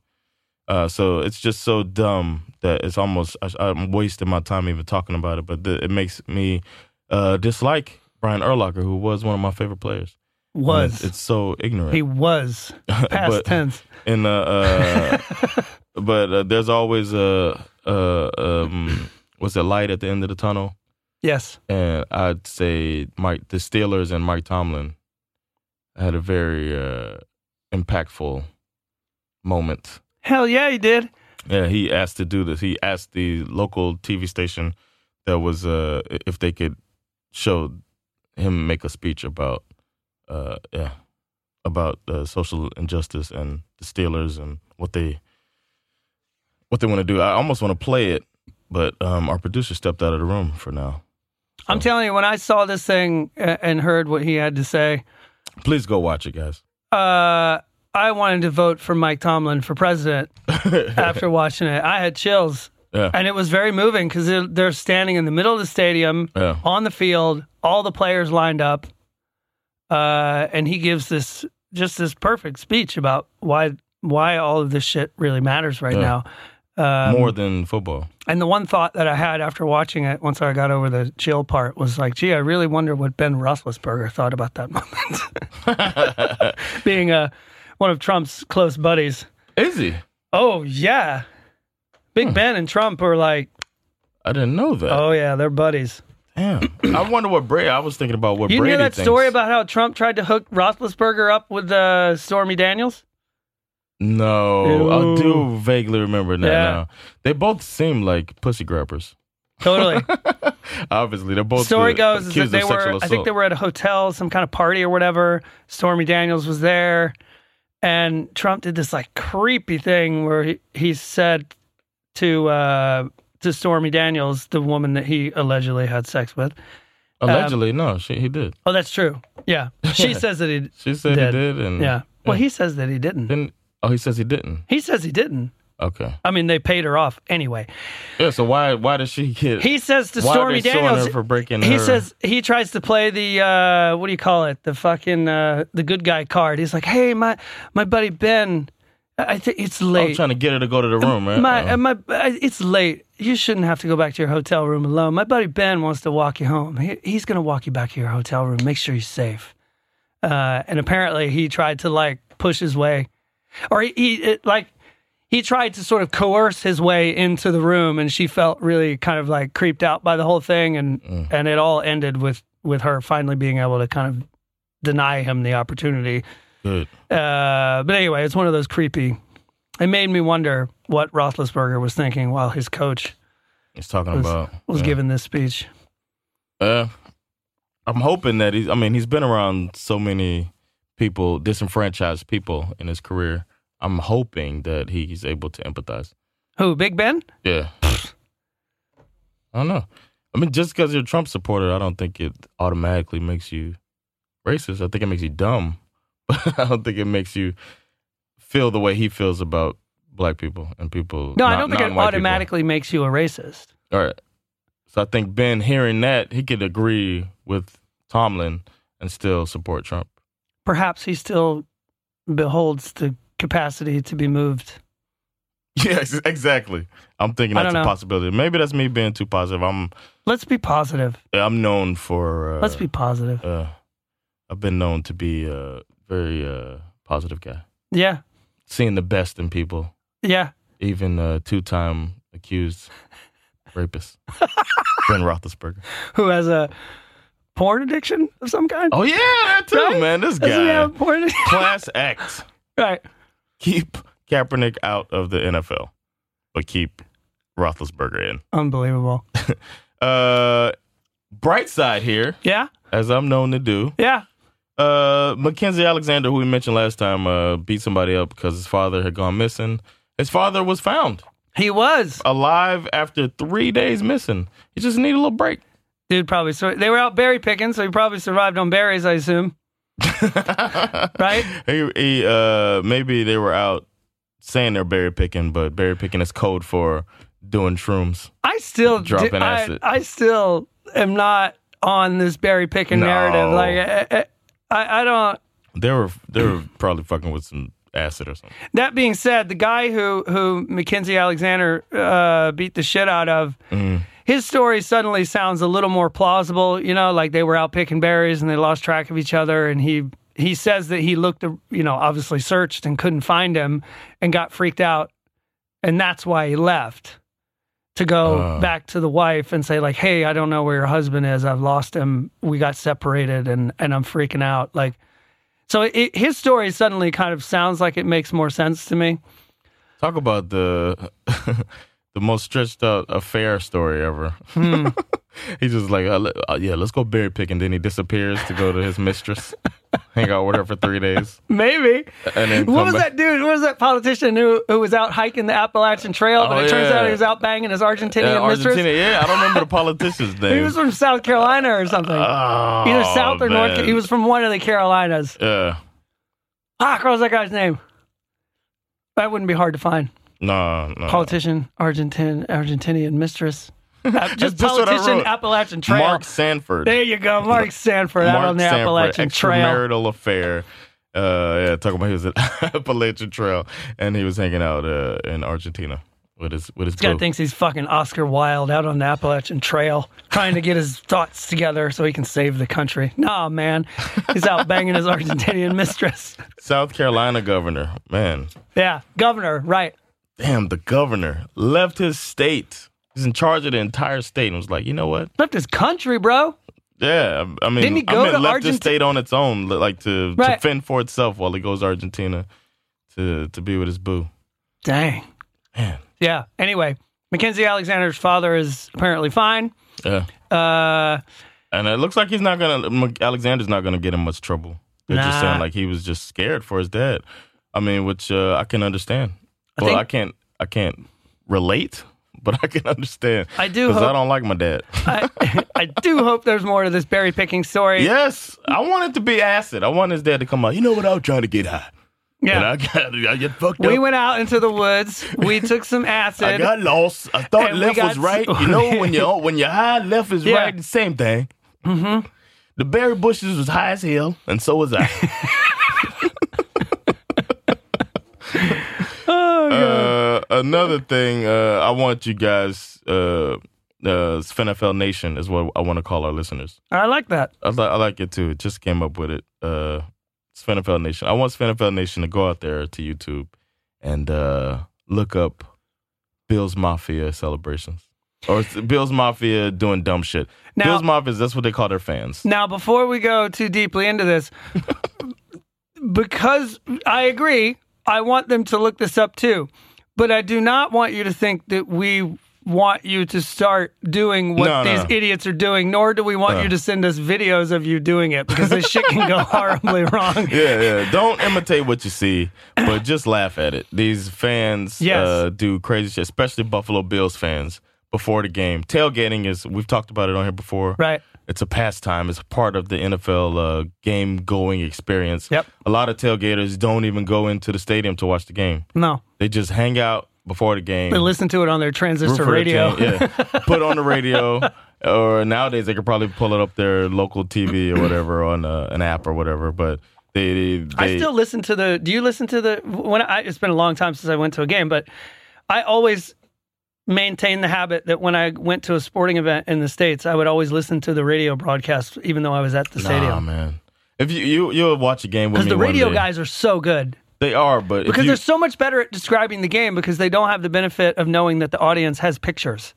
[SPEAKER 1] Uh, so it's just so dumb that it's almost I, I'm wasting my time even talking about it. But the, it makes me uh, dislike Brian Urlacher, who was one of my favorite players. And
[SPEAKER 2] was
[SPEAKER 1] It's, it's so ignorant.
[SPEAKER 2] he was past
[SPEAKER 1] <laughs> But-
[SPEAKER 2] tense.
[SPEAKER 1] and uh, uh but uh, there's always a uh um what's that light at the end of the tunnel
[SPEAKER 2] Yes.
[SPEAKER 1] and i'd say mike the steelers and mike tomlin had a very uh impactful moment
[SPEAKER 2] Hell yeah, he did.
[SPEAKER 1] yeah he asked to do this he asked the local tv station that was uh if they could show him make a speech about uh yeah about uh, social injustice and the Steelers and what they what they want to do. I almost want to play it, but um, our producer stepped out of the room for now. Oh.
[SPEAKER 2] I'm telling you, when I saw this thing a- and heard what he had to say,
[SPEAKER 1] Please go watch it, guys.
[SPEAKER 2] uh, I wanted to vote for Mike Tomlin
[SPEAKER 1] <laughs>
[SPEAKER 2] for president after watching it. I had chills.
[SPEAKER 1] Yeah.
[SPEAKER 2] And it was very moving because they're, they're standing in the middle of the stadium
[SPEAKER 1] Yeah.
[SPEAKER 2] on the field, all the players lined up. Uh, and he gives this just this perfect speech about why why all of this shit really matters right
[SPEAKER 1] Yeah.
[SPEAKER 2] now. Um,
[SPEAKER 1] More than football.
[SPEAKER 2] And the one thought that I had after watching it, once I got over the chill part, was like, gee, I really wonder what Ben Roethlisberger thought about that <laughs> moment. Being uh, one of Trump's close buddies.
[SPEAKER 1] Is he?
[SPEAKER 2] Oh, yeah. Big Ben and Trump are like,
[SPEAKER 1] I didn't know that.
[SPEAKER 2] oh, yeah, they're buddies.
[SPEAKER 1] Damn. Uh, <clears throat> I wonder what Brady. I was thinking about what
[SPEAKER 2] You
[SPEAKER 1] Brady
[SPEAKER 2] knew that
[SPEAKER 1] thinks.
[SPEAKER 2] story about how Trump tried to hook Roethlisberger up with uh, Stormy Daniels?
[SPEAKER 1] No, I do
[SPEAKER 2] Ew.
[SPEAKER 1] vaguely remember that
[SPEAKER 2] Yeah.
[SPEAKER 1] now. They both seem like pussy grabbers. <laughs>
[SPEAKER 2] Totally.
[SPEAKER 1] Obviously, they're both
[SPEAKER 2] story
[SPEAKER 1] uh,
[SPEAKER 2] goes is that
[SPEAKER 1] accused
[SPEAKER 2] they
[SPEAKER 1] of
[SPEAKER 2] were
[SPEAKER 1] sexual
[SPEAKER 2] I think
[SPEAKER 1] assault.
[SPEAKER 2] they were at a hotel, some kind of party or whatever. Stormy Daniels was there, and Trump did this like creepy thing where he, he said to uh, to Stormy Daniels, the woman that he allegedly had sex with. um,
[SPEAKER 1] Allegedly, no, she, he did.
[SPEAKER 2] Oh, that's true. Yeah,
[SPEAKER 1] <laughs>
[SPEAKER 2] she says that he.
[SPEAKER 1] She said
[SPEAKER 2] Did.
[SPEAKER 1] he did, and
[SPEAKER 2] Yeah. Well, he says that he didn't.
[SPEAKER 1] Then oh, he says he didn't.
[SPEAKER 2] He says he didn't.
[SPEAKER 1] Okay.
[SPEAKER 2] I mean, they paid her off anyway.
[SPEAKER 1] Yeah. So why why did she get?
[SPEAKER 2] He says to
[SPEAKER 1] why
[SPEAKER 2] Stormy
[SPEAKER 1] are they suing
[SPEAKER 2] Daniels.
[SPEAKER 1] her for breaking.
[SPEAKER 2] He
[SPEAKER 1] her-
[SPEAKER 2] says he tries to play the uh, what do you call it? The fucking uh, the good guy card. He's like, hey, my my buddy Ben, I think it's
[SPEAKER 1] I'm
[SPEAKER 2] late.
[SPEAKER 1] trying to get her to go to the room, man.
[SPEAKER 2] my
[SPEAKER 1] Oh.
[SPEAKER 2] uh, my I- it's late. You shouldn't have to go back to your hotel room alone. My buddy Ben wants to walk you home. He, he's gonna walk you back to your hotel room. Make sure you're safe. Uh, and apparently, he tried to like push his way, or he, he it, like he tried to sort of coerce his way into the room and she felt really kind of like creeped out by the whole thing and and it all ended with with her finally being able to kind of deny him the opportunity
[SPEAKER 1] Good.
[SPEAKER 2] uh but anyway it's one of those creepy it made me wonder what Roethlisberger was thinking while his coach
[SPEAKER 1] He's talking
[SPEAKER 2] was,
[SPEAKER 1] about.
[SPEAKER 2] was
[SPEAKER 1] yeah.
[SPEAKER 2] giving this speech
[SPEAKER 1] Uh, I'm hoping that he's. I mean, he's been around so many people, disenfranchised people in his career. I'm hoping that he's able to empathize.
[SPEAKER 2] who Big Ben
[SPEAKER 1] Yeah. I don't know. I mean, just because you're a Trump supporter, I don't think it automatically makes you racist. I think it makes you dumb, <laughs> but I don't think it makes you feel the way he feels about black people and people.
[SPEAKER 2] no I
[SPEAKER 1] not-
[SPEAKER 2] don't think it
[SPEAKER 1] non-white people.
[SPEAKER 2] automatically makes you a racist
[SPEAKER 1] All right. So I think Ben, hearing that, he could agree with Tomlin and still support <laughs> Trump.
[SPEAKER 2] perhaps he still beholds the capacity to be moved
[SPEAKER 1] Yes, exactly. I'm thinking
[SPEAKER 2] I
[SPEAKER 1] that's a
[SPEAKER 2] don't know.
[SPEAKER 1] possibility. Maybe that's me being too positive. I'm
[SPEAKER 2] let's be positive
[SPEAKER 1] I'm known for. Uh,
[SPEAKER 2] let's be positive
[SPEAKER 1] Uh, I've been known to be a very uh, positive guy,
[SPEAKER 2] Yeah,
[SPEAKER 1] seeing the best in people,
[SPEAKER 2] yeah.
[SPEAKER 1] even uh, two-time accused <laughs> rapist Ben Roethlisberger.
[SPEAKER 2] Who has a porn addiction of some kind?
[SPEAKER 1] Oh yeah, that too,
[SPEAKER 2] Right?
[SPEAKER 1] man. This
[SPEAKER 2] Doesn't he
[SPEAKER 1] guy,
[SPEAKER 2] have a porn addiction?
[SPEAKER 1] class act.
[SPEAKER 2] <laughs> right.
[SPEAKER 1] keep <laughs> Kaepernick out of the NFL, but keep Roethlisberger in.
[SPEAKER 2] Unbelievable.
[SPEAKER 1] Uh, bright side here,
[SPEAKER 2] Yeah,
[SPEAKER 1] as I'm known to do.
[SPEAKER 2] yeah.
[SPEAKER 1] Uh, Mackenzie Alexander, who we mentioned last time, uh, beat somebody up because his father had gone missing. His father was found
[SPEAKER 2] He was.
[SPEAKER 1] alive after three days missing. He just needed a little break. <laughs>
[SPEAKER 2] Dude, probably. So they were out berry picking, so he probably survived on berries, I assume. right?
[SPEAKER 1] He, he, uh, maybe they were out saying they're berry picking, but berry picking is code for doing shrooms.
[SPEAKER 2] I still do-
[SPEAKER 1] Dropping
[SPEAKER 2] I-
[SPEAKER 1] acid.
[SPEAKER 2] I, still am not on this berry picking
[SPEAKER 1] No.
[SPEAKER 2] narrative. Like, I, I, I don't.
[SPEAKER 1] They were they were probably fucking with some acid or something.
[SPEAKER 2] That being said, the guy who who Mackenzie Alexander uh, beat the shit out of, his story suddenly sounds a little more plausible. You know, like they were out picking berries and they lost track of each other, and he he says that he looked, you know, obviously searched and couldn't find him, and got freaked out, and that's why he left to go
[SPEAKER 1] Oh.
[SPEAKER 2] back to the wife and say like, "Hey, I don't know where your husband is. I've lost him. We got separated, and and I'm freaking out." Like, so it, his story suddenly kind of sounds like it makes more sense to me.
[SPEAKER 1] Talk about the <laughs> the most stretched out affair story ever.
[SPEAKER 2] Hmm.
[SPEAKER 1] <laughs> He's just like, uh, le- uh, yeah, let's go berry picking. Then he disappears to go to his mistress, <laughs> hang out with her for three days,
[SPEAKER 2] Maybe.
[SPEAKER 1] and then
[SPEAKER 2] What
[SPEAKER 1] come
[SPEAKER 2] was
[SPEAKER 1] back.
[SPEAKER 2] that dude? What was that politician who, who was out hiking the Appalachian Trail, but
[SPEAKER 1] Oh,
[SPEAKER 2] it turns
[SPEAKER 1] yeah.
[SPEAKER 2] out he was out banging his Argentinian
[SPEAKER 1] Yeah,
[SPEAKER 2] mistress?
[SPEAKER 1] Argentina. Yeah, I don't remember the politician's name.
[SPEAKER 2] <laughs> He was from South Carolina or something.
[SPEAKER 1] Oh,
[SPEAKER 2] Either South or North.
[SPEAKER 1] man.
[SPEAKER 2] Ca- He was from one of the Carolinas.
[SPEAKER 1] Yeah.
[SPEAKER 2] Ah, what was that guy's name? That wouldn't be hard to find.
[SPEAKER 1] No, no.
[SPEAKER 2] Politician, Argentine,
[SPEAKER 1] <laughs>
[SPEAKER 2] Argentinian mistress. Uh, just
[SPEAKER 1] That's what I
[SPEAKER 2] politician,
[SPEAKER 1] wrote.
[SPEAKER 2] Appalachian Trail.
[SPEAKER 1] Mark Sanford.
[SPEAKER 2] there you go, Mark Sanford out
[SPEAKER 1] Mark
[SPEAKER 2] on the
[SPEAKER 1] Sanford,
[SPEAKER 2] Appalachian Trail.
[SPEAKER 1] Extramarital affair. Uh, yeah, talking about he was at <laughs> Appalachian Trail, and he was hanging out uh, in Argentina with his with his
[SPEAKER 2] This guy
[SPEAKER 1] boo.
[SPEAKER 2] thinks he's fucking Oscar Wilde out on the Appalachian Trail, trying to get his <laughs> thoughts together so he can save the country. Nah, man, he's out banging his Argentinian mistress.
[SPEAKER 1] South Carolina governor, man,
[SPEAKER 2] Yeah, governor, right?
[SPEAKER 1] damn, the governor left his state. He's in charge of the entire state, and was like, you know what?
[SPEAKER 2] Left his country, bro.
[SPEAKER 1] Yeah, I I mean,
[SPEAKER 2] Didn't he
[SPEAKER 1] I
[SPEAKER 2] go
[SPEAKER 1] meant
[SPEAKER 2] to
[SPEAKER 1] left the
[SPEAKER 2] Argenti-
[SPEAKER 1] state on its own, li- like to, to
[SPEAKER 2] Right.
[SPEAKER 1] fend for itself while he goes to Argentina to to be with his boo.
[SPEAKER 2] Dang.
[SPEAKER 1] Man,
[SPEAKER 2] Yeah. Anyway, Mackenzie Alexander's father is apparently fine.
[SPEAKER 1] yeah.
[SPEAKER 2] Uh,
[SPEAKER 1] And it looks like he's not gonna. M- Alexander's not gonna get in much trouble. They're just
[SPEAKER 2] Nah.
[SPEAKER 1] saying like he was just scared for his dad. I mean, which uh, I can understand.
[SPEAKER 2] I
[SPEAKER 1] well,
[SPEAKER 2] think-
[SPEAKER 1] I can't. I can't relate, <laughs> but I can understand.
[SPEAKER 2] I do
[SPEAKER 1] because I
[SPEAKER 2] hope-
[SPEAKER 1] don't like my dad.
[SPEAKER 2] <laughs> I, I do hope there's more to this berry picking story.
[SPEAKER 1] yes, I want it to be acid. I want his dad to come out. You know what? I was trying to get high, and
[SPEAKER 2] Yeah.
[SPEAKER 1] I got I get fucked
[SPEAKER 2] We
[SPEAKER 1] up.
[SPEAKER 2] went out into the woods. We took some acid.
[SPEAKER 1] <laughs> I got lost. I thought
[SPEAKER 2] And we
[SPEAKER 1] left was
[SPEAKER 2] got-
[SPEAKER 1] right.
[SPEAKER 2] <laughs>
[SPEAKER 1] You know when you when you're high, left is
[SPEAKER 2] Yeah.
[SPEAKER 1] right. The same thing. Mm-hmm. The berry bushes was high as hell, and so
[SPEAKER 2] <laughs>
[SPEAKER 1] was I. <laughs>
[SPEAKER 2] Oh,
[SPEAKER 1] uh, another thing, uh, I want you guys, uh, uh, FNFL Nation is what I want to call our listeners.
[SPEAKER 2] I like that.
[SPEAKER 1] I, li- I like it too. It just came up with it. Uh, Svenfeld Nation. I want Svenfeld Nation to go out there to YouTube and uh, look up Bill's Mafia celebrations or it's Bill's Mafia doing dumb shit.
[SPEAKER 2] Now-
[SPEAKER 1] Bill's Mafia, that's what they call their fans.
[SPEAKER 2] Now, before we go too deeply into this, because I agree, I want them to look this up too, but I do not want you to think that we want you to start doing what
[SPEAKER 1] No, no,
[SPEAKER 2] these
[SPEAKER 1] no.
[SPEAKER 2] idiots are doing, nor do we want you to send us videos of you doing it because this shit can go <laughs> horribly wrong.
[SPEAKER 1] Yeah, yeah. Don't imitate what you see, but just laugh at it. These fans
[SPEAKER 2] Yes.
[SPEAKER 1] uh, do crazy shit, especially Buffalo Bills fans before the game. Tailgating is, we've talked about it on here before.
[SPEAKER 2] Right.
[SPEAKER 1] It's a pastime. It's part of the NFL uh, game going experience.
[SPEAKER 2] Yep.
[SPEAKER 1] A lot of tailgaters don't even go into the stadium to watch the game.
[SPEAKER 2] No.
[SPEAKER 1] They just hang out before the game.
[SPEAKER 2] They listen to it on their
[SPEAKER 1] root
[SPEAKER 2] transistor
[SPEAKER 1] for the
[SPEAKER 2] radio.
[SPEAKER 1] team.
[SPEAKER 2] <laughs>
[SPEAKER 1] yeah. Put on the radio. Or nowadays they could probably pull it up their local TV or whatever on uh, an app or whatever. But they, they,
[SPEAKER 2] I still listen to the. Do you listen to the? When I, it's been a long time since I went to a game, but I always maintain the habit that when I went to a sporting event in the states, I would always listen to the radio broadcast, even though I was at the
[SPEAKER 1] Nah,
[SPEAKER 2] stadium.
[SPEAKER 1] man. If you you you'll watch a game with
[SPEAKER 2] Because
[SPEAKER 1] me
[SPEAKER 2] the
[SPEAKER 1] one
[SPEAKER 2] radio
[SPEAKER 1] day.
[SPEAKER 2] guys are so good.
[SPEAKER 1] they are, but
[SPEAKER 2] Because
[SPEAKER 1] if you,
[SPEAKER 2] they're so much better at describing the game because they don't have the benefit of knowing that the audience has pictures.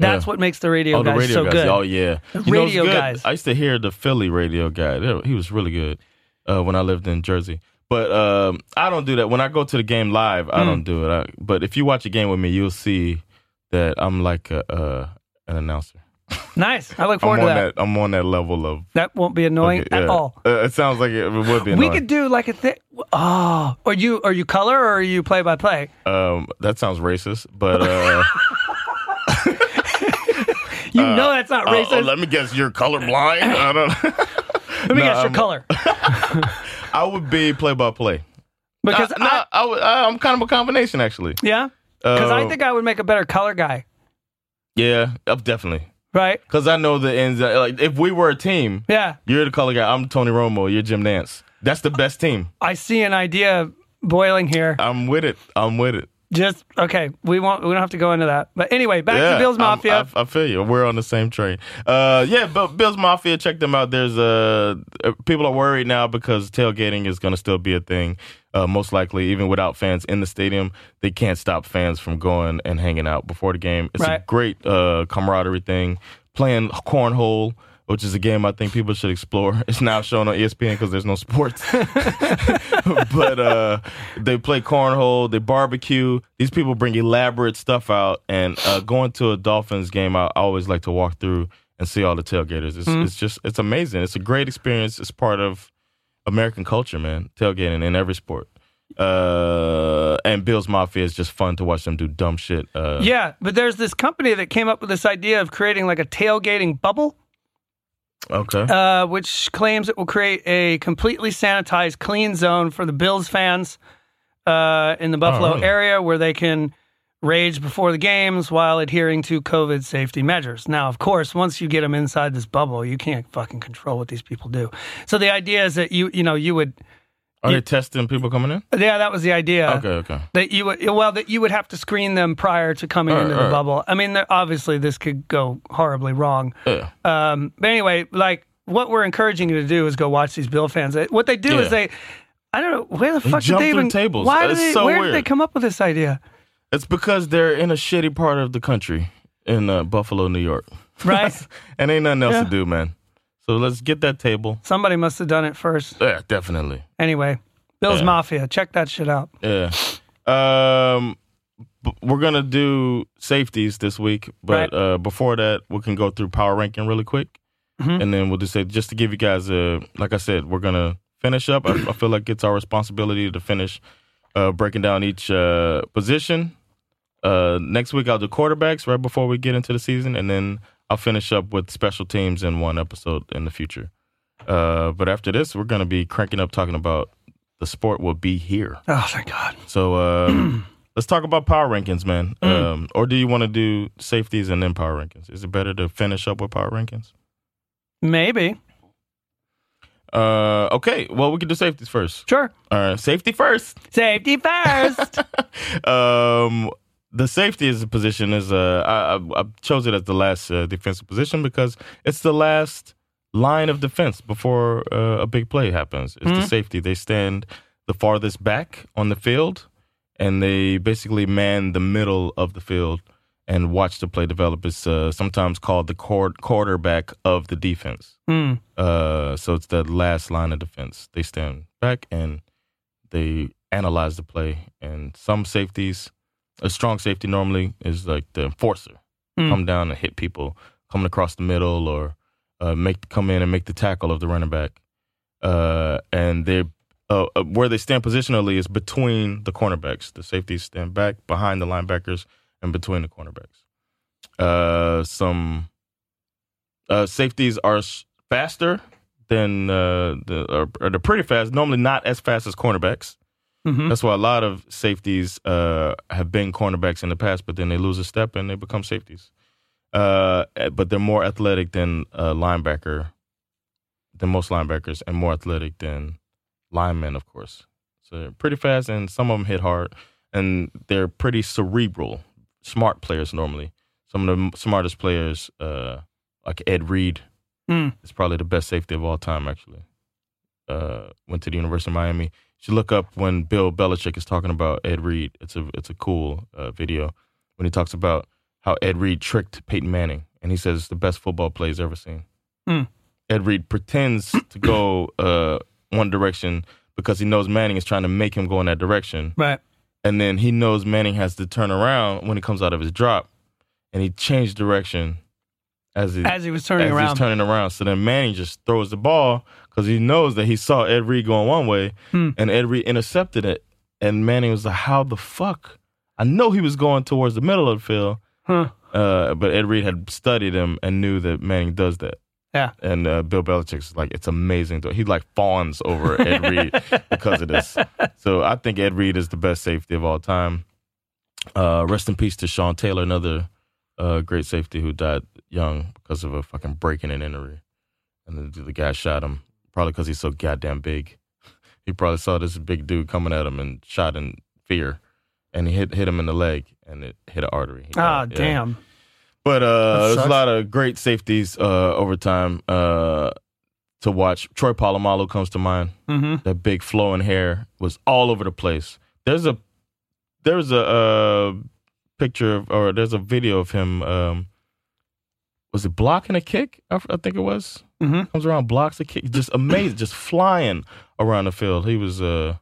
[SPEAKER 2] That's
[SPEAKER 1] Yeah.
[SPEAKER 2] what makes the radio
[SPEAKER 1] oh the
[SPEAKER 2] guys
[SPEAKER 1] radio
[SPEAKER 2] so
[SPEAKER 1] guys,
[SPEAKER 2] good.
[SPEAKER 1] oh yeah, You know what's
[SPEAKER 2] radio
[SPEAKER 1] good?
[SPEAKER 2] guys.
[SPEAKER 1] I used to hear the Philly radio guy. They- He was really good uh, when I lived in Jersey. But um, I don't do that when I go to the game live.
[SPEAKER 2] Hmm.
[SPEAKER 1] I don't do it. I, but if you watch a game with me, you'll see that I'm like a, uh, an announcer.
[SPEAKER 2] Nice. I look
[SPEAKER 1] I'm on
[SPEAKER 2] forward to that. that.
[SPEAKER 1] that. I'm on that level of
[SPEAKER 2] won't be annoying
[SPEAKER 1] yeah.
[SPEAKER 2] at all.
[SPEAKER 1] Uh, it sounds like it would be.
[SPEAKER 2] <laughs> We
[SPEAKER 1] annoying.
[SPEAKER 2] could do like a thing. Oh, are you are you color or are you play by play?
[SPEAKER 1] Um, that sounds racist,
[SPEAKER 2] <laughs>
[SPEAKER 1] but. Uh,
[SPEAKER 2] You know that's not
[SPEAKER 1] Uh,
[SPEAKER 2] racist.
[SPEAKER 1] oh,
[SPEAKER 2] let,
[SPEAKER 1] let me guess, you're colorblind. I
[SPEAKER 2] <laughs>
[SPEAKER 1] don't. <laughs>
[SPEAKER 2] me
[SPEAKER 1] no,
[SPEAKER 2] guess your
[SPEAKER 1] I'm-
[SPEAKER 2] color.
[SPEAKER 1] I would be play by play.
[SPEAKER 2] Because
[SPEAKER 1] I,
[SPEAKER 2] I,
[SPEAKER 1] I, would, I, am kind of a combination actually.
[SPEAKER 2] yeah, because I
[SPEAKER 1] Uh,
[SPEAKER 2] think I would make a better color guy,
[SPEAKER 1] yeah, uh, definitely.
[SPEAKER 2] right?
[SPEAKER 1] Because I know the ends. Like if we were a team,
[SPEAKER 2] Yeah,
[SPEAKER 1] you're the color guy. I'm Tony Romo. You're Jim Nance. That's the best team.
[SPEAKER 2] I see an idea boiling here.
[SPEAKER 1] I'm with it. I'm with it.
[SPEAKER 2] Just okay. We won't. We don't have to go into that. But anyway, back to Bills
[SPEAKER 1] I'm-
[SPEAKER 2] Mafia.
[SPEAKER 1] I, I feel you. We're on the same train. Uh, yeah, but Bills Mafia, check them out. There's uh, uh, people are worried now because tailgating is going to still be a thing, uh, most likely even without fans in the stadium. They can't stop fans from going and hanging out before the game. It's a
[SPEAKER 2] Right.
[SPEAKER 1] great uh, camaraderie thing. Playing cornhole. Which is a game I think people should explore. <laughs> It's now shown on E ESPN because there's no sports. <laughs> but uh, they play cornhole, they barbecue. These people bring elaborate stuff out, and uh, going to a Dolphins game, I I always like to walk through and see all the tailgaters. It's, it's just it's amazing. It's a great experience. It's part of American culture, man. Tailgating in every sport. Uh, and Bills Mafia is just fun to watch them do dumb shit. Uh,
[SPEAKER 2] yeah, but there's this company that came up with this idea of creating like a tailgating bubble,
[SPEAKER 1] Okay.
[SPEAKER 2] uh, which claims it will create a completely sanitized, clean zone for the Bills fans uh, in the Buffalo
[SPEAKER 1] Oh, really?
[SPEAKER 2] area where they can rage before the games while adhering to COVID safety measures. Now, of course, once you get them inside this bubble, you can't fucking control what these people do. So the idea is that you, you know, you would,
[SPEAKER 1] Are they testing people coming in?
[SPEAKER 2] yeah, that was the idea.
[SPEAKER 1] Okay. Okay.
[SPEAKER 2] That you would well that you would have to screen them prior to coming
[SPEAKER 1] All right,
[SPEAKER 2] into the
[SPEAKER 1] all right.
[SPEAKER 2] bubble. I mean, there- obviously this could go horribly wrong.
[SPEAKER 1] Yeah.
[SPEAKER 2] Um, but anyway, like what we're encouraging you to do is go watch these Bill fans. They- What they do
[SPEAKER 1] Yeah.
[SPEAKER 2] is they, I don't know where the fuck did
[SPEAKER 1] jump
[SPEAKER 2] they
[SPEAKER 1] through
[SPEAKER 2] even
[SPEAKER 1] tables.
[SPEAKER 2] Why did
[SPEAKER 1] That's
[SPEAKER 2] they,
[SPEAKER 1] so
[SPEAKER 2] where
[SPEAKER 1] weird.
[SPEAKER 2] did they come up with this
[SPEAKER 1] <laughs>
[SPEAKER 2] idea?
[SPEAKER 1] It's because they're in a shitty part of the country in uh, Buffalo, New York.
[SPEAKER 2] Right?
[SPEAKER 1] and ain't nothing else
[SPEAKER 2] Yeah.
[SPEAKER 1] to do, man. So let's get that table.
[SPEAKER 2] Somebody must have done it first.
[SPEAKER 1] Yeah, definitely.
[SPEAKER 2] Anyway, Bill's
[SPEAKER 1] Yeah.
[SPEAKER 2] Mafia. Check that shit out.
[SPEAKER 1] Yeah. Um, b- we're gonna do safeties this week, but
[SPEAKER 2] Right.
[SPEAKER 1] uh, before that, we can go through power ranking really quick,
[SPEAKER 2] Mhm.
[SPEAKER 1] and then we'll just say just to give you guys a like I said, we're gonna finish up. I, I feel like it's our responsibility to finish uh, breaking down each uh, position. Uh, next week I'll do quarterbacks right before we get into the season, and then I'll finish up with special teams in one episode in the future. Uh, but after this, we're gonna be cranking up talking about the sport will be here.
[SPEAKER 2] Oh, thank God.
[SPEAKER 1] So um, <clears throat> let's talk about power rankings, man. Um, or do you want to do safeties and then power rankings? Is it better to finish up with power rankings?
[SPEAKER 2] Maybe.
[SPEAKER 1] Uh, okay. Well, we can do safeties first.
[SPEAKER 2] Sure.
[SPEAKER 1] All right, safety first. <laughs>
[SPEAKER 2] Safety first.
[SPEAKER 1] um, the safety is a position is uh, I, I, I chose it as the last uh, defensive position because it's the last line of defense before uh, a big play happens. It's the safety. They stand the farthest back on the field, and they basically man the middle of the field and watch the play develop. It's uh, sometimes called the quar- quarterback of the defense.
[SPEAKER 2] Hmm.
[SPEAKER 1] Uh, so it's the last line of defense. They stand back and they analyze the play. And some safeties, a strong safety normally is like the enforcer,
[SPEAKER 2] Mm.
[SPEAKER 1] come down and hit people coming across the middle, or uh, make come in and make the tackle of the running back. Uh, and they uh, uh, where they stand positionally is between the cornerbacks. The safeties stand back behind the linebackers and between the cornerbacks. Uh, some uh, safeties are s- faster than uh, the or, or they're pretty fast. Normally, not as fast as cornerbacks.
[SPEAKER 2] Mhm.
[SPEAKER 1] That's why a lot of safeties uh, have been cornerbacks in the past, but then they lose a step and they become safeties. Uh, eh, but they're more athletic than uh, linebacker, than most linebackers, and more athletic than linemen, of course. So they're pretty fast, and some of them hit hard, and they're pretty cerebral, smart players normally. Some of the m- smartest players, uh, like Ed Reed,
[SPEAKER 2] Hmm.
[SPEAKER 1] is probably the best safety of all time, actually. Uh, went to the University of Miami. You should look up when Bill Belichick is talking about Ed Reed. It's a it's a cool uh, video when he talks about how Ed Reed tricked Peyton Manning, and he says it's the best football play he's ever seen.
[SPEAKER 2] Hmm.
[SPEAKER 1] Ed Reed pretends to go uh, one direction because he knows Manning is trying to make him go in that direction,
[SPEAKER 2] Right.
[SPEAKER 1] and then he knows Manning has to turn around when he comes out of his drop, and he changed direction as he
[SPEAKER 2] As he was turning
[SPEAKER 1] as
[SPEAKER 2] around.
[SPEAKER 1] He's turning around. So then Manning just throws the ball because he knows that he saw Ed Reed going one way,
[SPEAKER 2] Hmm.
[SPEAKER 1] and Ed Reed intercepted it. And Manning was like, "How the fuck?" I know he was going towards the middle of the field,
[SPEAKER 2] Huh.
[SPEAKER 1] uh, but Ed Reed had studied him and knew that Manning does that.
[SPEAKER 2] Yeah.
[SPEAKER 1] And uh, Bill Belichick's like, "It's amazing." though." He like fawns over
[SPEAKER 2] <laughs>
[SPEAKER 1] Ed Reed because of this. So I think Ed Reed is the best safety of all time. Uh, rest in peace to Sean Taylor, another uh, great safety who died young because of a fucking break in an injury. And the, the guy shot him, probably because he's so <laughs> goddamn big. He probably saw this big dude coming at him and shot in fear and he hit hit him in the leg, and it hit an artery. He
[SPEAKER 2] Ah,
[SPEAKER 1] died, yeah.
[SPEAKER 2] damn.
[SPEAKER 1] But
[SPEAKER 3] That
[SPEAKER 1] uh, there's
[SPEAKER 3] sucks.
[SPEAKER 1] a lot of great safeties uh, over time uh, to watch. Troy Polamalu comes to mind.
[SPEAKER 2] hmm
[SPEAKER 1] That big flowing hair was all over the place. There's a there's a uh, picture of, or there's a video of him. Um, was it blocking a kick? I, I think it was.
[SPEAKER 2] hmm
[SPEAKER 1] Comes around, blocks a kick, just amazing, just flying around the field. He was uh,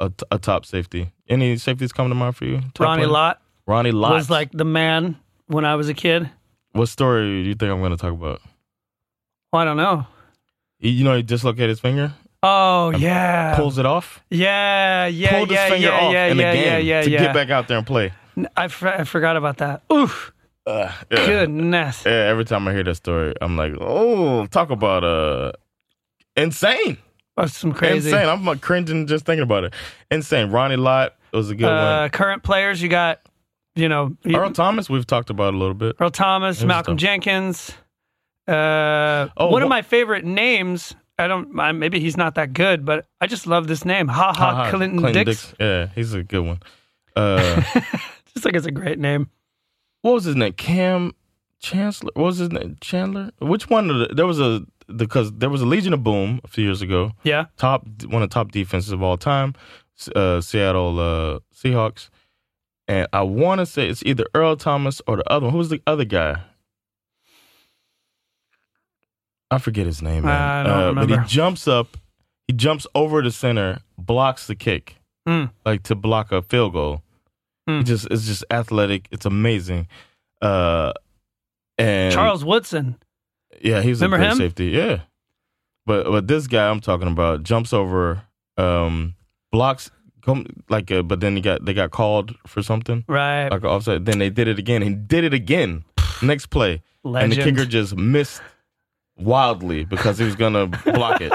[SPEAKER 1] a t- a top safety. Any safeties come to mind for you? Top
[SPEAKER 2] Ronnie
[SPEAKER 1] player?
[SPEAKER 2] Lott
[SPEAKER 1] Ronnie Lott
[SPEAKER 2] was like the man when I was a kid.
[SPEAKER 1] What story do you think I'm going to talk about?
[SPEAKER 2] Well, Oh, I don't know.
[SPEAKER 1] You- You know, he dislocated his finger,
[SPEAKER 2] Oh
[SPEAKER 1] Um,
[SPEAKER 2] yeah,
[SPEAKER 1] pulls it off,
[SPEAKER 2] yeah, yeah,
[SPEAKER 1] pulled
[SPEAKER 2] yeah,
[SPEAKER 1] his finger
[SPEAKER 2] yeah,
[SPEAKER 1] off
[SPEAKER 2] yeah,
[SPEAKER 1] in
[SPEAKER 2] yeah,
[SPEAKER 1] the game
[SPEAKER 2] yeah, yeah,
[SPEAKER 1] to
[SPEAKER 2] yeah.
[SPEAKER 1] get back out there and play.
[SPEAKER 2] N- I, fr- I forgot about that. Oof,
[SPEAKER 1] Uh, yeah.
[SPEAKER 2] goodness.
[SPEAKER 1] Yeah, every time I hear that story, I'm like, oh, talk about uh, insane,
[SPEAKER 2] That's some crazy.
[SPEAKER 1] insane. I'm like, cringing just thinking about it. Insane. Ronnie Lott was a good
[SPEAKER 2] Uh, current players, you got, you know,
[SPEAKER 1] one. Earl Thomas, we've talked about a little bit.
[SPEAKER 2] Earl Thomas,
[SPEAKER 1] There's
[SPEAKER 2] Malcolm
[SPEAKER 1] them.
[SPEAKER 2] Jenkins. Uh,
[SPEAKER 1] Oh,
[SPEAKER 2] one
[SPEAKER 1] wha-
[SPEAKER 2] of my favorite names. I don't. I, maybe he's not that good, but I just love this name. Ha ha,
[SPEAKER 1] Ha-ha,
[SPEAKER 2] Clinton, Dix.
[SPEAKER 1] Yeah, he's a good one. Uh, <laughs>
[SPEAKER 2] Just like it's a great name.
[SPEAKER 1] what was his name? Cam Chancellor. What was his name? Chandler. Which one? Of the, there was a because there was a Legion of Boom a few years ago.
[SPEAKER 2] Yeah.
[SPEAKER 1] Top one of the top defenses of all time. S- Uh, Seattle uh, Seahawks. And I want to say it's either Earl Thomas or the other one. Who's the other guy? I forget his name.
[SPEAKER 2] I
[SPEAKER 1] Man. Uh,
[SPEAKER 2] don't
[SPEAKER 1] But
[SPEAKER 2] remember.
[SPEAKER 1] he jumps up. He jumps over the center, blocks the kick,
[SPEAKER 2] Mm.
[SPEAKER 1] like to block a field goal.
[SPEAKER 2] Mm.
[SPEAKER 1] He just it's just athletic. It's amazing. Uh, and
[SPEAKER 2] Charles Woodson.
[SPEAKER 1] yeah, he was a
[SPEAKER 2] Remember
[SPEAKER 1] great
[SPEAKER 2] him?
[SPEAKER 1] safety. Yeah. But but this guy I'm talking about jumps over um blocks come like uh but then he got they got called for something.
[SPEAKER 2] Right.
[SPEAKER 1] Like an offside. Then they did it again. He did it
[SPEAKER 2] <sighs>
[SPEAKER 1] again. Next play. And
[SPEAKER 2] Legend.
[SPEAKER 1] the kicker just missed wildly because he was gonna block
[SPEAKER 2] <laughs>
[SPEAKER 1] it.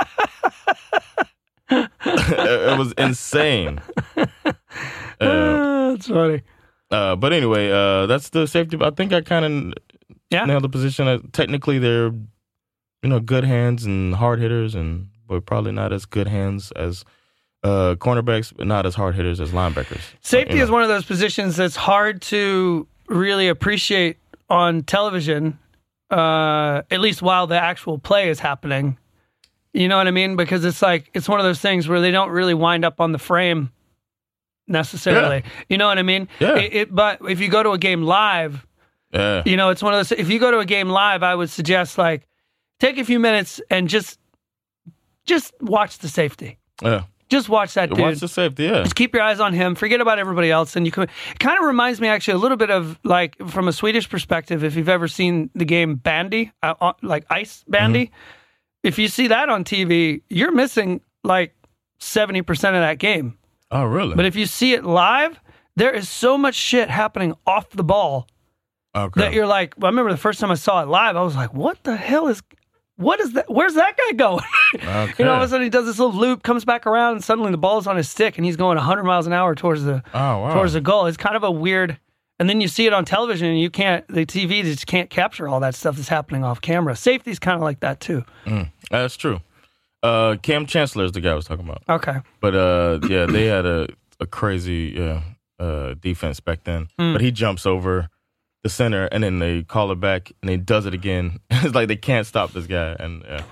[SPEAKER 1] <laughs> it was
[SPEAKER 2] <laughs>
[SPEAKER 1] insane. Uh,
[SPEAKER 2] Ah, that's funny.
[SPEAKER 1] uh, but anyway, uh, that's the safety. I think I kind of
[SPEAKER 2] Yeah.
[SPEAKER 1] nailed the position. Uh, technically, they're you know good hands and hard hitters, and but probably not as good hands as uh, cornerbacks, but not as hard hitters as linebackers.
[SPEAKER 2] Safety
[SPEAKER 1] You
[SPEAKER 2] is one of those positions that's hard to really appreciate on television, uh, at least while the actual play is happening. You know what I mean? Because it's like it's one of those things where they don't really wind up on the frame necessarily. You know what I mean?
[SPEAKER 1] Yeah.
[SPEAKER 2] It, it, but if you go to a game live,
[SPEAKER 1] know? yeah.
[SPEAKER 2] you know, it's one of those. If you go to a game live, I would suggest like take a few minutes and just just watch the safety.
[SPEAKER 1] yeah.
[SPEAKER 2] Just watch that dude.
[SPEAKER 1] Watch the safety. Yeah,
[SPEAKER 2] Just keep your eyes on him. Forget about everybody else, and you can. It kind of reminds me actually a little bit of like from a Swedish perspective. If you've ever seen the game Bandy, uh, uh, like ice bandy, if you see that on TV, you're missing like seventy percent of that game.
[SPEAKER 1] oh really?
[SPEAKER 2] But if you see it live, there is so much shit happening off the ball
[SPEAKER 1] okay.
[SPEAKER 2] that you're like. I remember the first time I saw it live, I was like, "What the hell is?" What is that? Where's that guy going? <laughs>
[SPEAKER 1] okay.
[SPEAKER 2] You know, all of a sudden he does this little loop, comes back around, and suddenly the ball's on his stick, and he's going 100 miles an hour towards the
[SPEAKER 1] oh wow.
[SPEAKER 2] towards the goal. It's kind of a weird. And then you see it on television, and you can't. The TV just can't capture all that stuff that's happening off camera. Safety's kind of like that too.
[SPEAKER 1] That's true. Uh, Cam Chancellor is the guy I was talking about.
[SPEAKER 2] Okay,
[SPEAKER 1] But uh, yeah, they had a, a crazy yeah, uh, defense back then.
[SPEAKER 2] Hmm.
[SPEAKER 1] But he jumps over the center, and then they call it back, and he does it again. <laughs> it's like they can't stop this guy. And yeah.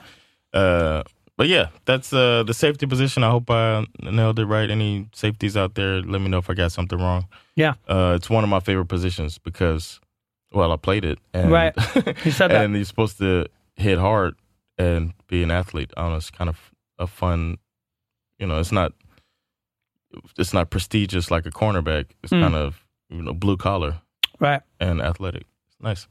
[SPEAKER 1] uh, but yeah, that's uh, the safety position. I hope I nailed it right. Any safeties out there? Let me know if I got something wrong.
[SPEAKER 2] Yeah.
[SPEAKER 1] uh, it's one of my favorite positions because, well, I played it. And,
[SPEAKER 2] Right.
[SPEAKER 1] <laughs>
[SPEAKER 2] You said that.
[SPEAKER 1] And you're supposed to hit hard and be an athlete. I don't know. It's kind of a fun you know, it's not it's not prestigious like a cornerback. It's
[SPEAKER 2] Mm.
[SPEAKER 1] kind of you know blue collar
[SPEAKER 2] right?
[SPEAKER 1] and athletic. It's nice.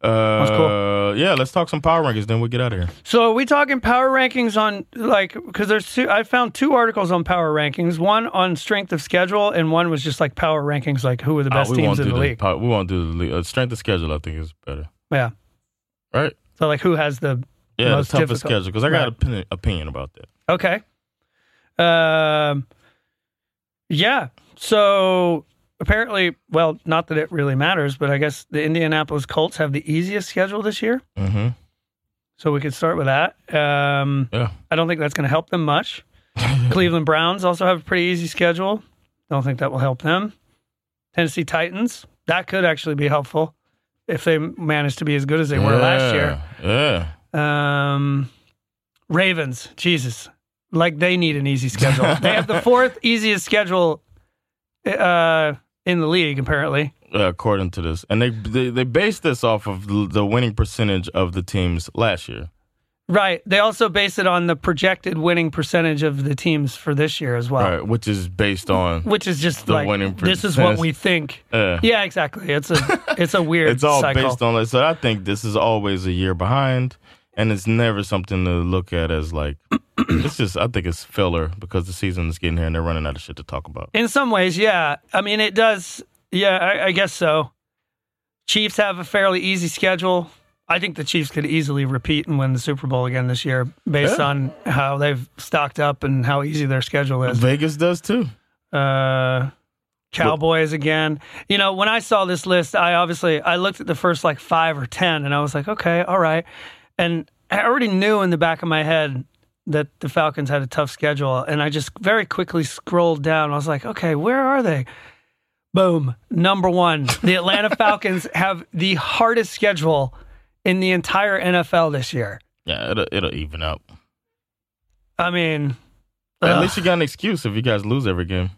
[SPEAKER 1] Uh, Yeah, let's talk some power rankings. Then we'll get out of here.
[SPEAKER 2] So are we talking power rankings on like because there's two. I found two articles on power rankings. One on strength of schedule, and one was just like power rankings, like who are the best
[SPEAKER 1] Ah, we won't
[SPEAKER 2] teams
[SPEAKER 1] do
[SPEAKER 2] in the league.
[SPEAKER 1] pow- we won't do the league. Uh, strength of schedule. I think is better.
[SPEAKER 2] yeah.
[SPEAKER 1] Right?
[SPEAKER 2] So like who has the
[SPEAKER 1] Yeah,
[SPEAKER 2] Most
[SPEAKER 1] the toughest
[SPEAKER 2] difficult.
[SPEAKER 1] schedule because I got
[SPEAKER 2] Right.
[SPEAKER 1] an opinion, opinion about that.
[SPEAKER 2] Okay. Um, yeah. So apparently, well, not that it really matters, but I guess the Indianapolis Colts have the easiest schedule this year.
[SPEAKER 1] Mm-hmm.
[SPEAKER 2] So we could start with that. Um,
[SPEAKER 1] Yeah.
[SPEAKER 2] I don't think that's going to help them much. Cleveland Browns also have a pretty easy schedule. Don't think that will help them. Tennessee Titans. That could actually be helpful if they manage to be as good as they were last year.
[SPEAKER 1] Yeah.
[SPEAKER 2] Um, Ravens, Jesus, like they need an easy schedule.
[SPEAKER 1] <laughs>
[SPEAKER 2] they have the fourth easiest schedule uh, in the league, apparently.
[SPEAKER 1] uh, according to this, and they they, they base this off of the the winning percentage of the teams last year.
[SPEAKER 2] Right. They also base it on the projected winning percentage of the teams for this year as well,
[SPEAKER 1] Right, which is based
[SPEAKER 2] <laughs>
[SPEAKER 1] on
[SPEAKER 2] which is just
[SPEAKER 1] The
[SPEAKER 2] like
[SPEAKER 1] winning
[SPEAKER 2] this is what
[SPEAKER 1] percentage.
[SPEAKER 2] we think.
[SPEAKER 1] uh,
[SPEAKER 2] Yeah, exactly. It's a it's
[SPEAKER 1] <laughs>
[SPEAKER 2] a weird
[SPEAKER 1] it's all
[SPEAKER 2] cycle.
[SPEAKER 1] based on that. So I think this is always a year behind, and it's never something to look at as like
[SPEAKER 2] <clears throat>
[SPEAKER 1] it's just. I think it's filler because the season is getting here and they're running out of shit to talk about.
[SPEAKER 2] In some ways, yeah. I mean, it does. Yeah, I, I guess so. Chiefs have a fairly easy schedule. I think the Chiefs could easily repeat and win the Super Bowl again this year based
[SPEAKER 1] Yeah.
[SPEAKER 2] on how they've stocked up and how easy their schedule is.
[SPEAKER 1] Vegas does too.
[SPEAKER 2] Uh, Cowboys again. You know, when I saw this list, I obviously I looked at the first like 5 or 10 and I was like, "Okay, all right." And I already knew in the back of my head that the Falcons had a tough schedule and I just very quickly scrolled down. I was like, "Okay, where are they?" Boom. Number 1.
[SPEAKER 1] <laughs>
[SPEAKER 2] The Atlanta Falcons have the hardest schedule in the entire NFL this year.
[SPEAKER 1] Yeah, it'll, it'll even out.
[SPEAKER 2] I mean,
[SPEAKER 1] At
[SPEAKER 2] ugh,
[SPEAKER 1] least you got an excuse if you guys lose every game.